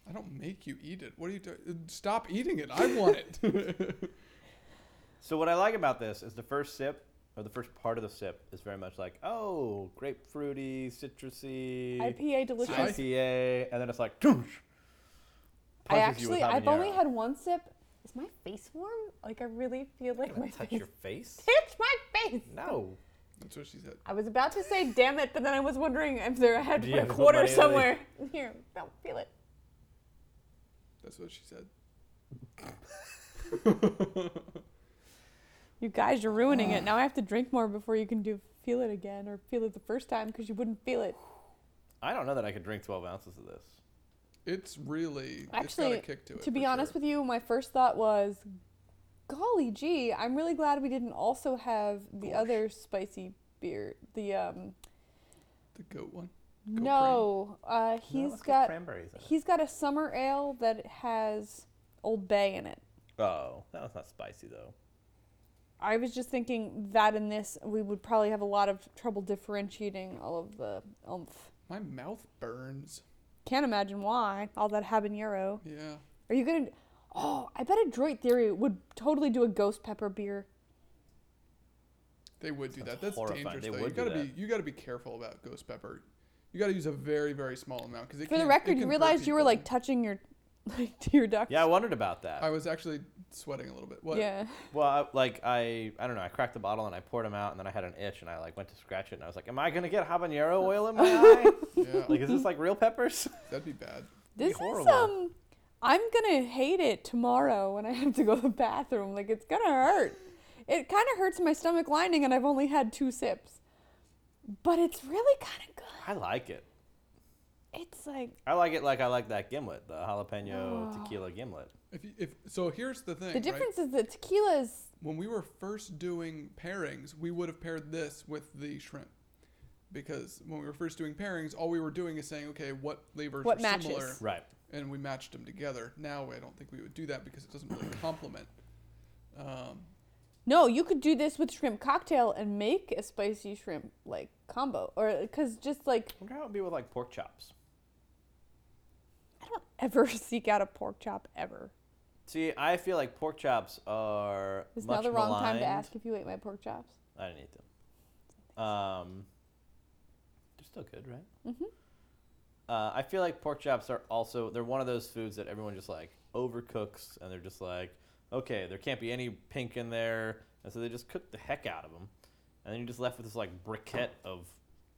I don't make you eat it. What are you doing? Stop eating it. I want
[laughs]
it.
So what I like about this is the first sip or the first part of the sip is very much like, oh, grapefruity, citrusy,
IPA delicious.
I-
IPA, and then it's like, "Doosh."
I
Punches you with
actually, I've only
uh,
habanero.
had one sip. Is my face warm? Like I really feel like
Can I
my [laughs]
touch
face.
your face?
Touch my face.
No.
That's what she said.
I was about to say damn it, but then I was wondering if there I had
Do you
a
have
quarter
somebody to
somewhere. [laughs] Here, don't feel it.
That's what she said.
You guys, you're ruining it. Now I have to drink more before you can do feel it again or feel it the first time because you wouldn't feel it.
I don't know that I could drink 12 ounces of this.
It's really it's got
Actually,
a kick to it.
To be honest with you, my first thought was, golly gee, I'm really glad we didn't also have the
Gosh.
other spicy beer. The um,
you, the goat one. Go
no, uh,
no,
he's
let's get
got
cranberries. in it.
he's got a summer ale that has Old Bay in it.
Oh, that was not spicy though.
I was just thinking that in this we would probably have a lot of trouble differentiating all of the oomph.
My mouth burns.
Can't imagine why all that habanero.
Yeah.
Are you gonna? Oh, I bet Adroit Theory would totally do a ghost pepper beer.
They would do
Sounds
that. That's
horrifying.
dangerous.
They
though. you
would do
gotta
that.
be you gotta be careful about ghost pepper. You gotta use a very very small amount because
For the record, you realized you were like touching your, like [laughs] to your duck.
Yeah, I wondered about that.
I was actually sweating a little bit. What?
Yeah.
well, I, like I, I don't know. I cracked the bottle and I poured them out, and then I had an itch, and I like went to scratch it, and I was like, "Am I gonna get habanero oil in
[laughs]
my eye?
Yeah.
[laughs] like, is this like real peppers?" [laughs]
that'd be bad.
This is
horrible.
um. I'm gonna hate it tomorrow when I have to go to the bathroom. Like it's gonna hurt. It kind of hurts my stomach lining, and I've only had two sips. But it's really kind of good.
I like it.
It's like
I like it like I like that gimlet, the jalapeno tequila gimlet.
If you, if so, here's the
[laughs]
thing.
the
right?
difference is that tequila is
when we were first doing pairings, we would have paired this with the shrimp. Because when we were first doing pairings, all we were doing is saying, okay, what flavors
What
are similar,
matches.
Right.
and we matched them together. Now I don't think we would do that because it doesn't really complement. Um,
No, you could do this with shrimp cocktail and make a spicy shrimp like combo, or because just like [laughs]
I wonder how it would be with like pork chops.
I don't ever seek out a pork chop ever.
See, I feel like pork chops are
It's
much
now the wrong time to
maligned.
ask if you ate my pork chops.
I didn't eat them. Um, they're still good, right? Mm-hmm. Uh, I feel like pork chops are also they're one of those foods that everyone just like overcooks, and they're just like, okay, there can't be any pink in there, and so they just cook the heck out of them, and then you're just left with this like briquette of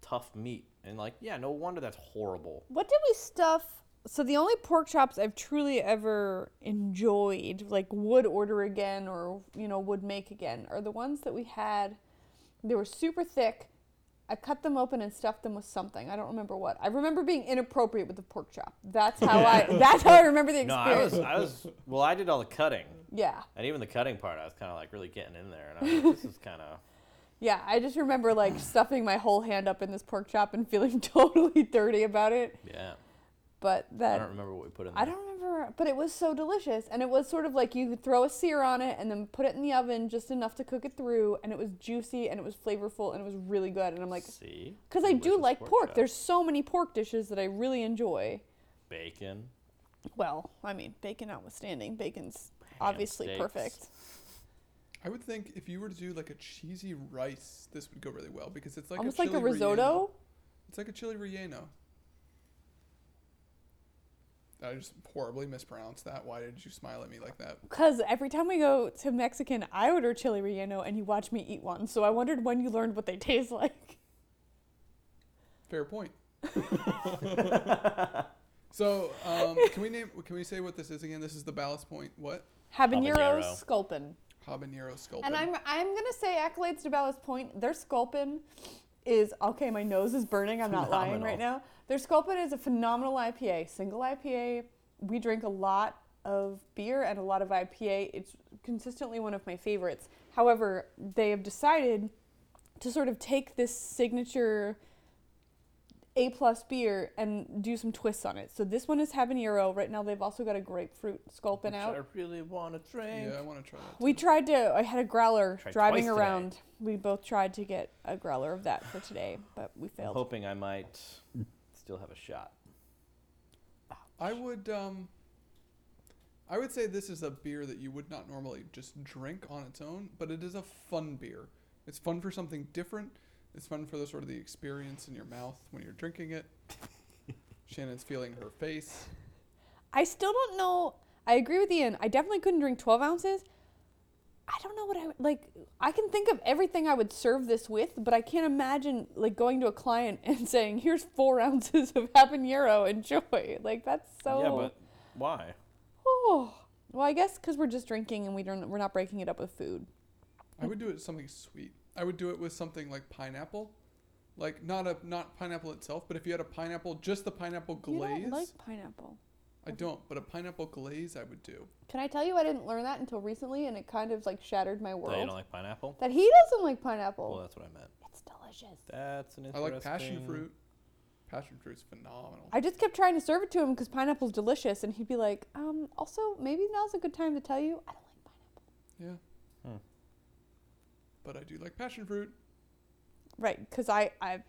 tough meat, and like, yeah, no wonder that's horrible.
What did we stuff? So the only pork chops I've truly ever enjoyed, like would order again or you know would make again, are the ones that we had. They were super thick. I cut them open and stuffed them with something. I don't remember what. I remember being inappropriate with the pork chop. That's how I. That's how I remember the
No, I
experience.
was, I was, well, I did all the cutting,
yeah.
and even the cutting part, I was kind of like really getting in there, and I was like, this is kind of.
Yeah, I just remember like stuffing my whole hand up in this pork chop and feeling [laughs] totally dirty about it.
Yeah,
But
I
that
don't remember what we put in there.
I don't remember, but it was so delicious and it was sort of like you could throw a sear on it and then put it in the oven just enough to cook it through and it was juicy and it was flavorful and it was really good and I'm like
See,
cuz I do
Delicious
like pork.
chops.
There's so many pork dishes that I really enjoy.
bacon,
Well, I mean, bacon notwithstanding, bacon's obviously
steaks.
perfect.
I would think if you were to do like a cheesy rice, this would go really well because it's like
Almost
a
like
chili
a risotto.
Relleno. It's like a chili relleno. I just horribly mispronounced that. Why did you smile at me like that?
Because every time we go to Mexican, I order chili relleno and you watch me eat one. So I wondered when you learned what they taste [laughs] like.
Fair point. so, um, can we name? Can we say what this is again? This is the ballast point. What
Habanero,
Habanero.
sculpin.
habanero sculpin?
And I'm I'm gonna say accolades to Ballast Point. Their sculpin is okay. My nose is burning. I'm not lying right now. Their sculpin is a phenomenal IPA, single IPA. We drink a lot of beer and a lot of IPA. It's consistently one of my favorites. However, they have decided to sort of take this signature A plus beer and do some twists on it. So this one is habanero. Right now, they've also got a grapefruit sculpin
Which
out.
I really want to drink.
yeah, I want to try that.
We tried to. I had a growler
Tried
driving
twice today.
around. We both tried to get a growler of that for today, but we
I'm
failed.
hoping I might still have a shot.
I would. Um, I would say this is a beer that you would not normally just drink on its own, but it is a fun beer. It's fun for something different. It's fun for the sort of the experience in your mouth when you're drinking it. Shannon's feeling her face.
I still don't know. I agree with Ian. I definitely couldn't drink 12 ounces. I don't know what I would- like. I can think of everything I would serve this with, but I can't imagine like going to a client [laughs] and saying, "Here's four [laughs] ounces of habanero. Enjoy." Like that's so.
Yeah, but why?
Oh. Well, I guess because we're just drinking and we don't. We're not breaking it up with food.
I would do it something sweet. I would do it with something like pineapple, like not a not pineapple itself, but if you had a pineapple, just the pineapple
You
glaze.
don't like pineapple.
I don't, but a pineapple glaze I would do.
Can I tell you I didn't learn that until recently and it kind of like shattered my
That you
world.
don't like pineapple?
That he doesn't like
Well,
pineapple.
that's what I meant.
It's delicious.
That's an
I
interesting.
like passion fruit. Passion fruit's phenomenal.
I just kept trying to serve it to him because pineapple's delicious and he'd be like, um, also maybe now's a good time to tell you I don't like pineapple.
yeah.
Hmm.
But I do like passion fruit.
Right, because I, I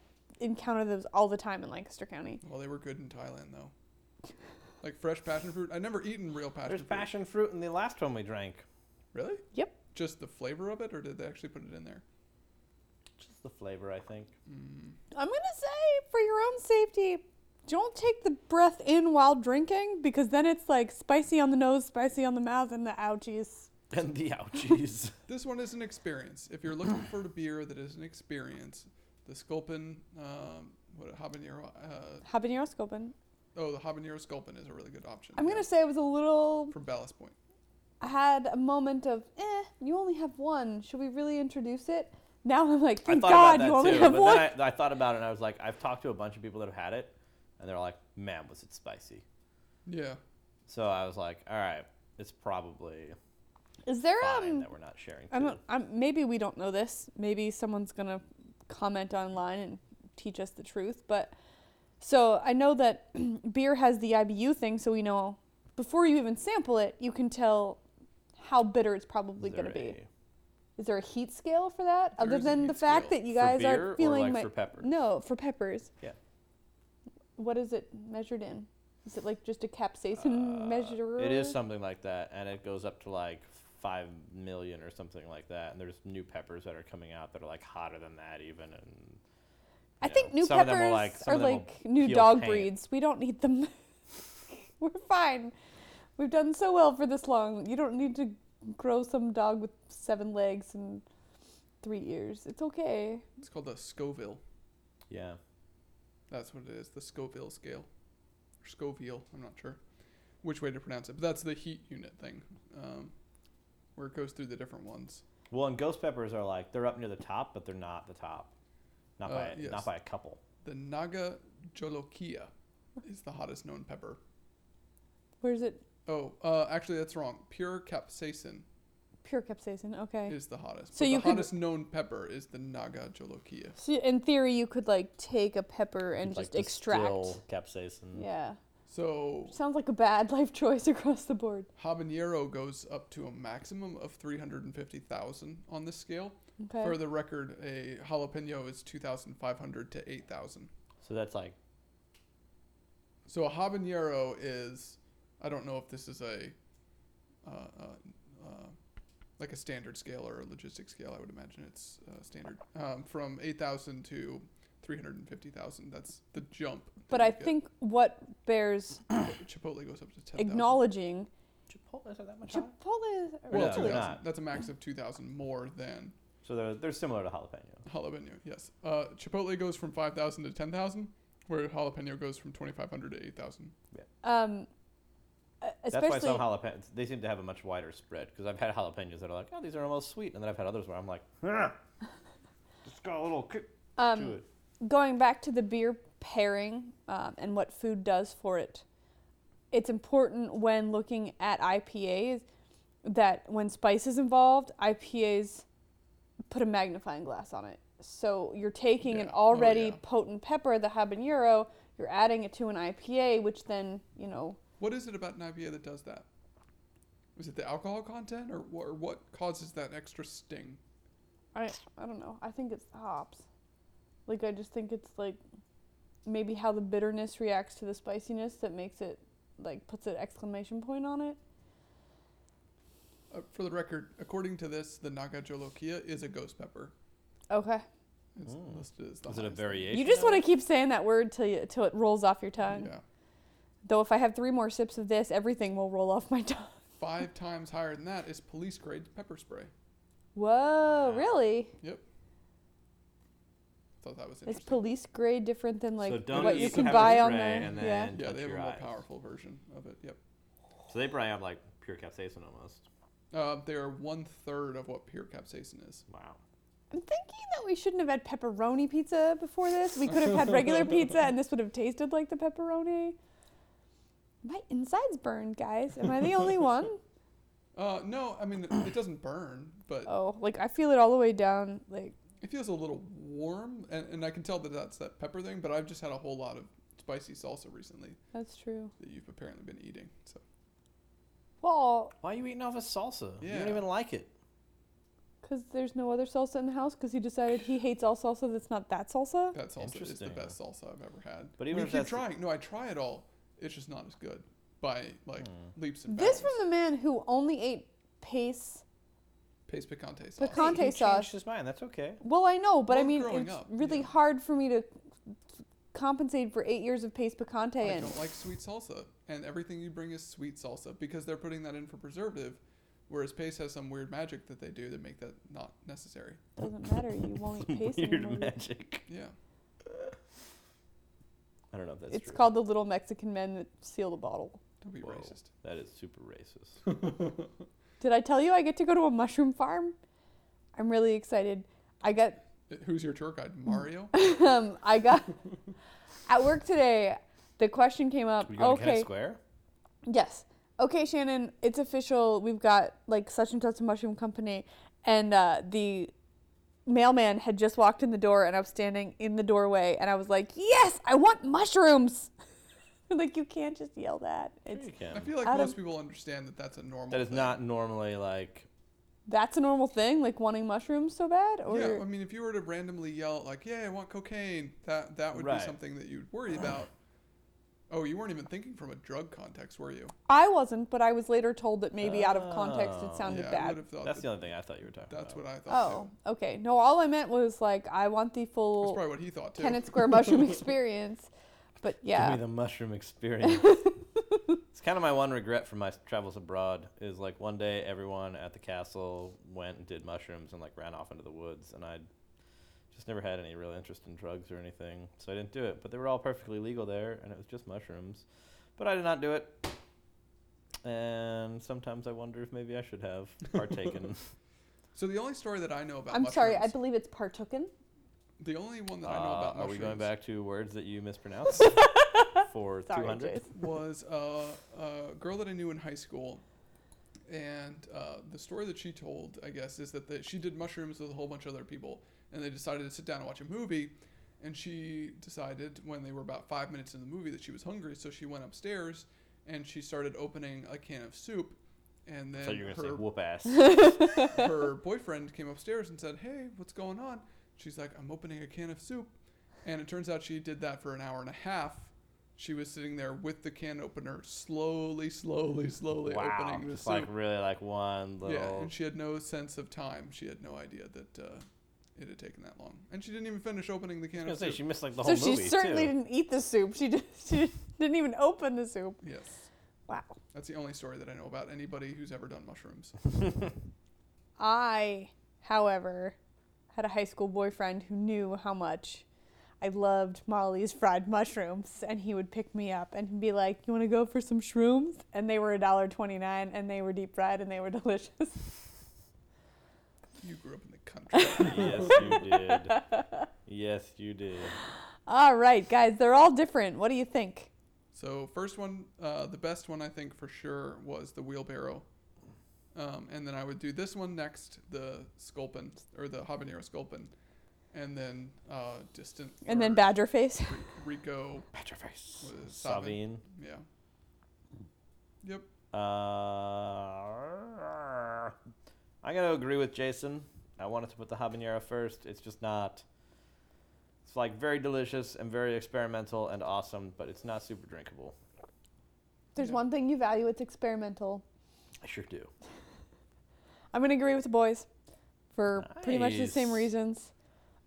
encounter those all the time in Lancaster County.
Well, they were good in Thailand though. Like fresh passion fruit. I've never eaten real passion
There's
fruit.
passion fruit in the last one we drank.
Really?
Yep.
Just the flavor of it, or did they actually put it in there?
Just the flavor, I think.
Mm.
I'm gonna say for your own safety, don't take the breath in while drinking because then it's like spicy on the nose, spicy on the mouth, and the ouchies.
And
[laughs]
the ouchies.
This one is an experience. If you're looking for a beer that is an experience, the Sculpin, um, what habanero? Uh,
Habanero sculpin.
oh, the habanero Sculpin is a really good option.
I'm
yeah,
gonna say it was a little
from Ballast Point.
I had a moment of, eh, you only have one. Should we really introduce it? Now I'm like,
I
thank
thought about
God
that
you only
too,
have
but
one.
then I, I thought about it and I was like, I've talked to a bunch of people that have had it, and they're like, man, was it spicy?
Yeah,
So I was like, all right, it's probably
Is there
fine
um?
that we're not sharing.
I
food.
don't. I'm, maybe we don't know this. Maybe someone's gonna comment online and teach us the truth. But so I know that [clears throat] beer has the IBU thing, so we know before you even sample it, you can tell how bitter it's probably
Is
gonna
there
be. Is there a heat scale for that?
There
Other
is a
than the
heat
fact
scale.
that you
For
guys
beer
aren't
or,
feeling
like,
my
for peppers?
No, for peppers.
Yeah.
What is it measured in? Is it like just a
a-
capsaicin
uh,
measure?
It is something like that, and it goes up to like five million or something like that. And there's new peppers that are coming out that are like hotter than that even. And
I
yeah.
think new
Some of them
peppers
will, like- some
are
of them will
like new
peel
dog
paint.
breeds. We don't need them. [laughs] We're fine. We've done so well for this long. You don't need to grow some dog with seven legs and three ears. It's okay.
it's called the Scoville.
yeah,
That's what it is. The Scoville scale, or Scoville. I'm not sure which way to pronounce it, but that's the heat unit thing, um, where it goes through the different ones.
well, and ghost peppers are like they're up near the top, but they're not the top, not
Uh,
by
yes.
not by a couple.
The Naga Jolokia is the hottest known pepper.
Where's it?
Oh, uh, actually, that's wrong. Pure capsaicin
Pure capsaicin. Okay.
is the hottest.
So
but
you
the
could-
hottest known pepper is the Naga Jolokia.
So in theory, you could like take a pepper and
Like
just extract.
distill Mm. capsaicin.
Yeah.
So
Sounds like a bad [laughs] life choice across the board.
habanero goes up to a maximum of 350,000 on this scale.
Okay.
For the record, a jalapeno is 2,500 to 8,000.
So that's like
So a habanero is I don't know if this is a uh, uh, uh, like a standard scale or a logistic scale. I would imagine it's uh, standard um, from eight thousand to three hundred and fifty thousand. That's the jump. that
But I
you get.
think what bears
[coughs] Chipotle goes up to ten thousand.
acknowledging
Chipotle's are that much higher?
Chipotle is
No, they're
Well, two thousand.
not.
That's a max of two thousand more than
So they're, they're similar to jalapeno.
jalapeno. Yes. Uh, Chipotle goes from five thousand to ten thousand, where jalapeno goes from twenty five hundred to eight thousand.
um uh,
That's why
especially
some jalapenos, they seem to have a much wider spread. Because I've had jalapenos that are like, oh, these are almost sweet. And then I've had others where I'm like, "Ugh, just got a little kick
um,
to it.
going back to the beer pairing um, and what food does for it, it's important when looking at IPAs that when spice is involved, IPAs put a magnifying glass on it. So you're taking an
Yeah. Oh,
already
yeah.
potent pepper, the habanero, you're adding it to an IPA, which then, you know,
What is it about an IPA that does that? Is it the alcohol content, or, wha- or what causes that extra sting?
I, I don't know. I think it's the hops. Like, I just think it's like maybe how the bitterness reacts to the spiciness that makes it, like, puts an exclamation point on it.
Uh, for the record, according to this, the Naga Jolokia is a ghost pepper.
Okay.
It's
Mm.
listed as the
Is it a
highest.
variation?
You just
of it?
want to keep saying that word till you, till it rolls off your tongue.
Yeah,
Though if I have three more sips of this, everything will roll off my [laughs] tongue.
five times higher than that is police grade pepper spray.
Whoa,
Wow.
really?
Thought that was
Is
interesting.
police grade different than like
So don't
what you
eat
can
pepper
buy on
spray
there?
and
yeah.
then-
yeah,
touch
they have a
your
more
eyes.
powerful version of it. Yep.
So they probably have like pure capsaicin almost.
Uh, they are one third of what pure capsaicin is.
Wow.
I'm thinking that we shouldn't have had pepperoni pizza before this. We could have had regular pizza, and this would have tasted like the pepperoni. My insides burned, guys. Am I the only
[laughs]
one?
Uh, no, I mean it doesn't burn, but
Oh, like I feel it all the way down. Like
it feels a little warm, and, and I can tell that that's that pepper thing. But I've just had a whole lot of spicy salsa recently
that's true.
that you've apparently been eating. So
Well,
Why are you eating off a salsa? You
Yeah.
don't even like it.
because there's no other salsa in the house, because he decided he hates all salsa that's not that salsa.
that salsa is the
Interesting.
best salsa I've ever had.
But even
we
if
keep
that's-
trying. No, I try it all. It's just not as good by like
Hmm.
leaps and bounds.
This from the man who only ate pace.
paste picante sauce.
Pican- Conte
he
sauce.
changed his mind. That's okay.
Well, I know, but I
Well,
mean,
growing
it's
up,
really
yeah.
hard for me to compensate for eight years of pace picante.
I
And
don't like sweet salsa, and everything you bring is sweet salsa because they're putting that in for preservative, whereas paste has some weird magic that they do that make that not necessary.
doesn't matter. You
[laughs]
won't eat pace anymore.
Weird magic.
Yeah.
I don't know if that's
It's
true.
called the little Mexican men that seal the bottle.
Don't be
Whoa.
racist.
That is super [laughs] racist.
Did I tell you I get to go to a mushroom farm? I'm really excited. I got [laughs]
Uh, Who's your tour guide? Mario?
um, I
[laughs]
got at work today. The question came up.
we go to Kennett
Okay,
Square?
Yes. Okay, Shannon, it's official. We've got like such and such a mushroom company, and uh, the mailman had just walked in the door, and I was standing in the doorway, and I was like, "Yes, I want mushrooms!" [laughs] like you can't just yell that.
Sure
It's
you
I
can.
feel like
Adam-
most people understand that that's a normal.
That is
thing.
not normally like
that's a normal thing, like wanting mushrooms so bad, or
Yeah, I mean, if you were to randomly yell like, "Yeah, I want cocaine," that that would
Right.
be something that you'd worry about. Oh, you weren't even thinking from a drug context, were you?
I wasn't, but I was later told that maybe out of context
Oh.
it sounded
yeah, I would
bad.
have thought
that's
that,
the only thing I thought you were talking
that's
about.
what I thought.
Oh,
too.
okay. No, all I meant was like I want the
that's
full
probably what he thought too.
Kennett
[laughs]
Square mushroom experience, but yeah.
Give me the mushroom experience. it's kind of my one regret from my s- travels abroad is like one day everyone at the castle went and did mushrooms and like ran off into the woods and I just never had any real interest in drugs or anything. So I didn't do it, but they were all perfectly legal there and it was just mushrooms. But I did not do it. And sometimes I wonder if maybe I should
[laughs]
have partaken.
So the only story that I know about
I'm sorry, I
mushrooms-
believe it's partooken.
the only one that
Uh,
I know about
are
mushrooms
we going back to words that you
[laughs]
mispronounced for
Sorry,
200?
Jason.
was uh, a girl that I knew in high school, and uh, the story that she told, I guess, is that the, she did mushrooms with a whole bunch of other people, and they decided to sit down and watch a movie. And she decided when they were about five minutes in the movie that she was hungry, so she went upstairs and she started opening a can of soup. And then
So you're going to say
her
whoop ass. [laughs]
her boyfriend came upstairs and said, "Hey, what's going on?" She's like, "I'm opening a can of soup," and it turns out she did that for an hour and a half. She was sitting there with the can opener, slowly, slowly, slowly
wow.
opening the
Just
soup.
like really like one little.
yeah, and she had no sense of time. She had no idea that uh, it had taken that long, and she didn't even finish opening the
I
can
was gonna
of
say
soup.
she missed like the
So
whole
she
movie
certainly
too.
didn't eat the soup. She, [laughs] did, she didn't even open the soup.
yes,
Wow.
that's the only story that I know about anybody who's ever done
[laughs]
mushrooms.
I, however, had a high school boyfriend who knew how much I loved Molly's fried mushrooms, and he would pick me up and be like, "You want to go for some shrooms?" And they were $1.29, and they were deep fried, and they were [laughs] delicious.
you grew up in the country.
[laughs] yes, you did. Yes, you did.
All right, guys, they're all different. What do you think?
So first one, uh, the best one I think for sure was the wheelbarrow, um, and then I would do this one next, the sculpin or the habanero sculpin, and then uh, distant.
And then
or
badger face.
Ri- Rico
Petrifice.
was it Savin?
Savine.
Yeah. Yep.
Uh, I'm gonna agree with Jason. I wanted to put the habanero first. It's just not. It's like very delicious and very experimental and awesome, but it's not super drinkable.
There's
Yeah.
one thing you value. It's experimental.
I sure do.
I'm gonna agree with the boys for pretty much the same
Nice.
reasons.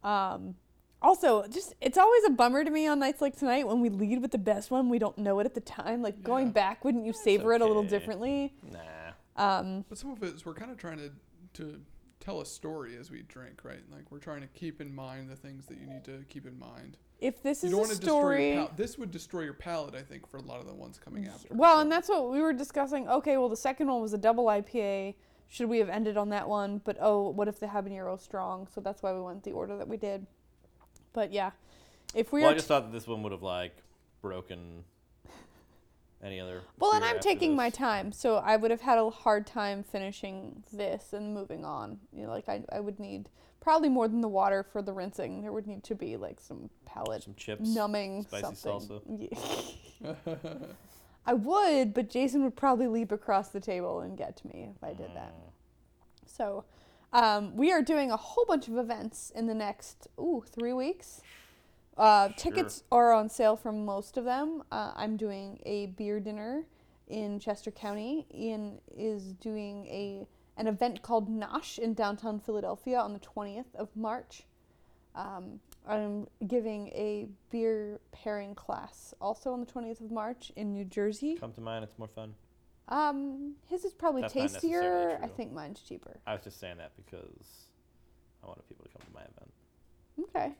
Um, also, just it's always a bummer to me on nights like tonight when we lead with the best one, we don't know it at the time. Like going
Yeah.
back, wouldn't you savor it a little
okay.
differently?
Nah.
Um,
But some of it is we're kind of trying to to tell a story as we drink, right? Like we're trying to keep in mind the things that you need to keep in mind.
if this
you
is
don't
a
want to destroy
story,
your palate. This would destroy your palate, I think, for a lot of the ones coming after.
well,
so- [laughs]
and that's what we were discussing. Okay, well the second one was a double IPA. Should we have ended on that one? But oh, what if the habanero was strong? So that's why we went the order that we did. But yeah, if we
well,
are
I just thought that this one would have like broken any other.
Well, and
beer
I'm
after
taking my
this.
time, so I would have had a hard time finishing this and moving on. You know, like I, I would need probably more than the water for the rinsing. There would need to be like some palate
Some chips.
numbing [laughs]
spicy
something. Yeah. I would, but Jason would probably leap across the table and get to me if I did that. So, um, we are doing a whole bunch of events in the next ooh three weeks. Uh, Tickets are on sale for most of them. Uh, I'm doing a beer dinner in Chester County. Ian is doing a an event called Nosh in downtown Philadelphia on the 20th of March. Um, I'm giving a beer pairing class also on the 20th of March in New Jersey.
Come to mine. It's more fun.
Um, his is probably
That's not necessarily
tastier. I
true.
think mine's cheaper.
I was just saying that because I wanted people to come to my event.
Okay.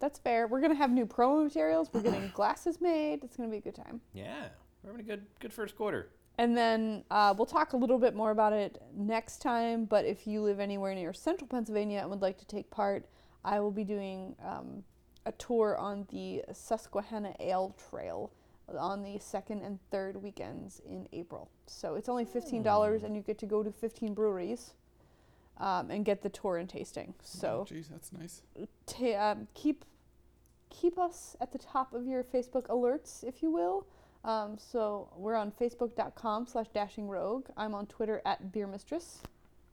That's fair. We're gonna have new promo materials. We're getting
[coughs]
glasses made. It's gonna be a good time.
Yeah, we're having a good, good first quarter.
And then uh, we'll talk a little bit more about it next time. But if you live anywhere near central Pennsylvania and would like to take part, I will be doing um, a tour on the Susquehanna Ale Trail on the second and third weekends in April. So it's only $15 and you get to go to 15 breweries um, and get the tour and tasting. So
Oh, Jeez, that's nice.
ta um, keep keep us at the top of your Facebook alerts, if you will. Um, so we're on facebook.com slash dashing rogue. I'm on Twitter at beer mistress.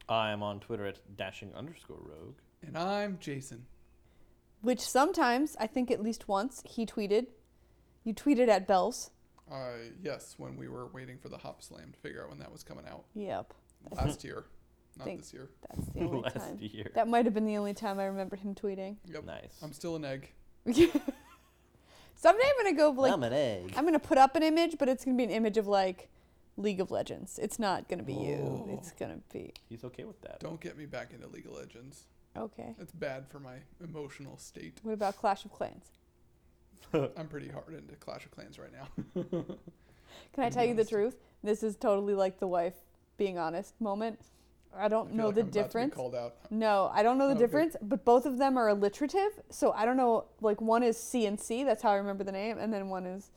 I am on Twitter at dashing underscore rogue. [laughs]
And I'm Jason.
Which sometimes, I think at least once, he tweeted. You tweeted at Bells.
Uh, yes, when we were waiting for the Hop Slam to figure out when that was coming out
Yep.
last year, not
Think-
this year.
That's
[laughs]
the only
last
time.
year.
That might have been the only time I remember him tweeting.
Yep.
Nice.
I'm still an egg.
Someday I'm going to go, like,
an egg.
I'm going to put up an image, but it's going to be an image of, like, League of Legends. It's not going to be you.
Oh.
It's going to be.
[laughs] He's okay with that.
Don't get me back into League of Legends.
Okay.
That's bad for my emotional state.
What about Clash of Clans?
I'm pretty hard into Clash of Clans right now.
Can I
I'll be
tell you the
honest.
truth? This is totally like the wife being honest moment. I don't
[laughs] I feel
know
like
Oh, the
I'm about to be
difference.
called out.
No, I don't know the
Oh, good.
difference, but both of them are alliterative. So I don't know. Like one is C and C. That's how I remember the name, and then one is,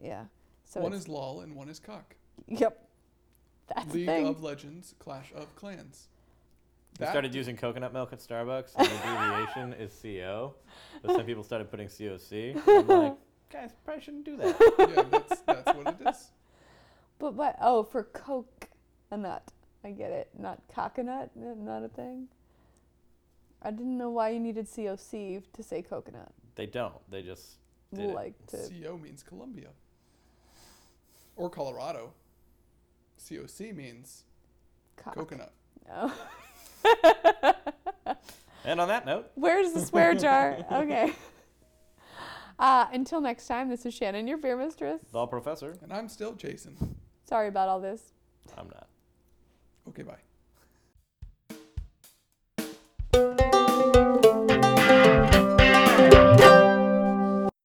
yeah. So
one
it's-
is lol and one is cock.
yep. That's the
League
thing.
of Legends, Clash of Clans.
We
[laughs]
started using coconut milk at Starbucks, [laughs] and the abbreviation is CO. But some people started putting COC. I'm
[laughs]
like, guys, probably shouldn't do that.
yeah, that's, that's what it is.
but what? Oh, for coke a nut. I get it. Not coconut. n- Not a thing. I didn't know why you needed COC to say coconut.
They don't. They just Did it.
like [laughs] to.
CO means Columbia. Or Colorado. COC means
cock. [laughs]
coconut.
No.
And on that note,
Where's the swear jar? Okay. [laughs] Uh, until next time, this is Shannon, your beer mistress.
the professor,
And I'm still Jason.
Sorry about all this.
I'm not.
Okay, bye.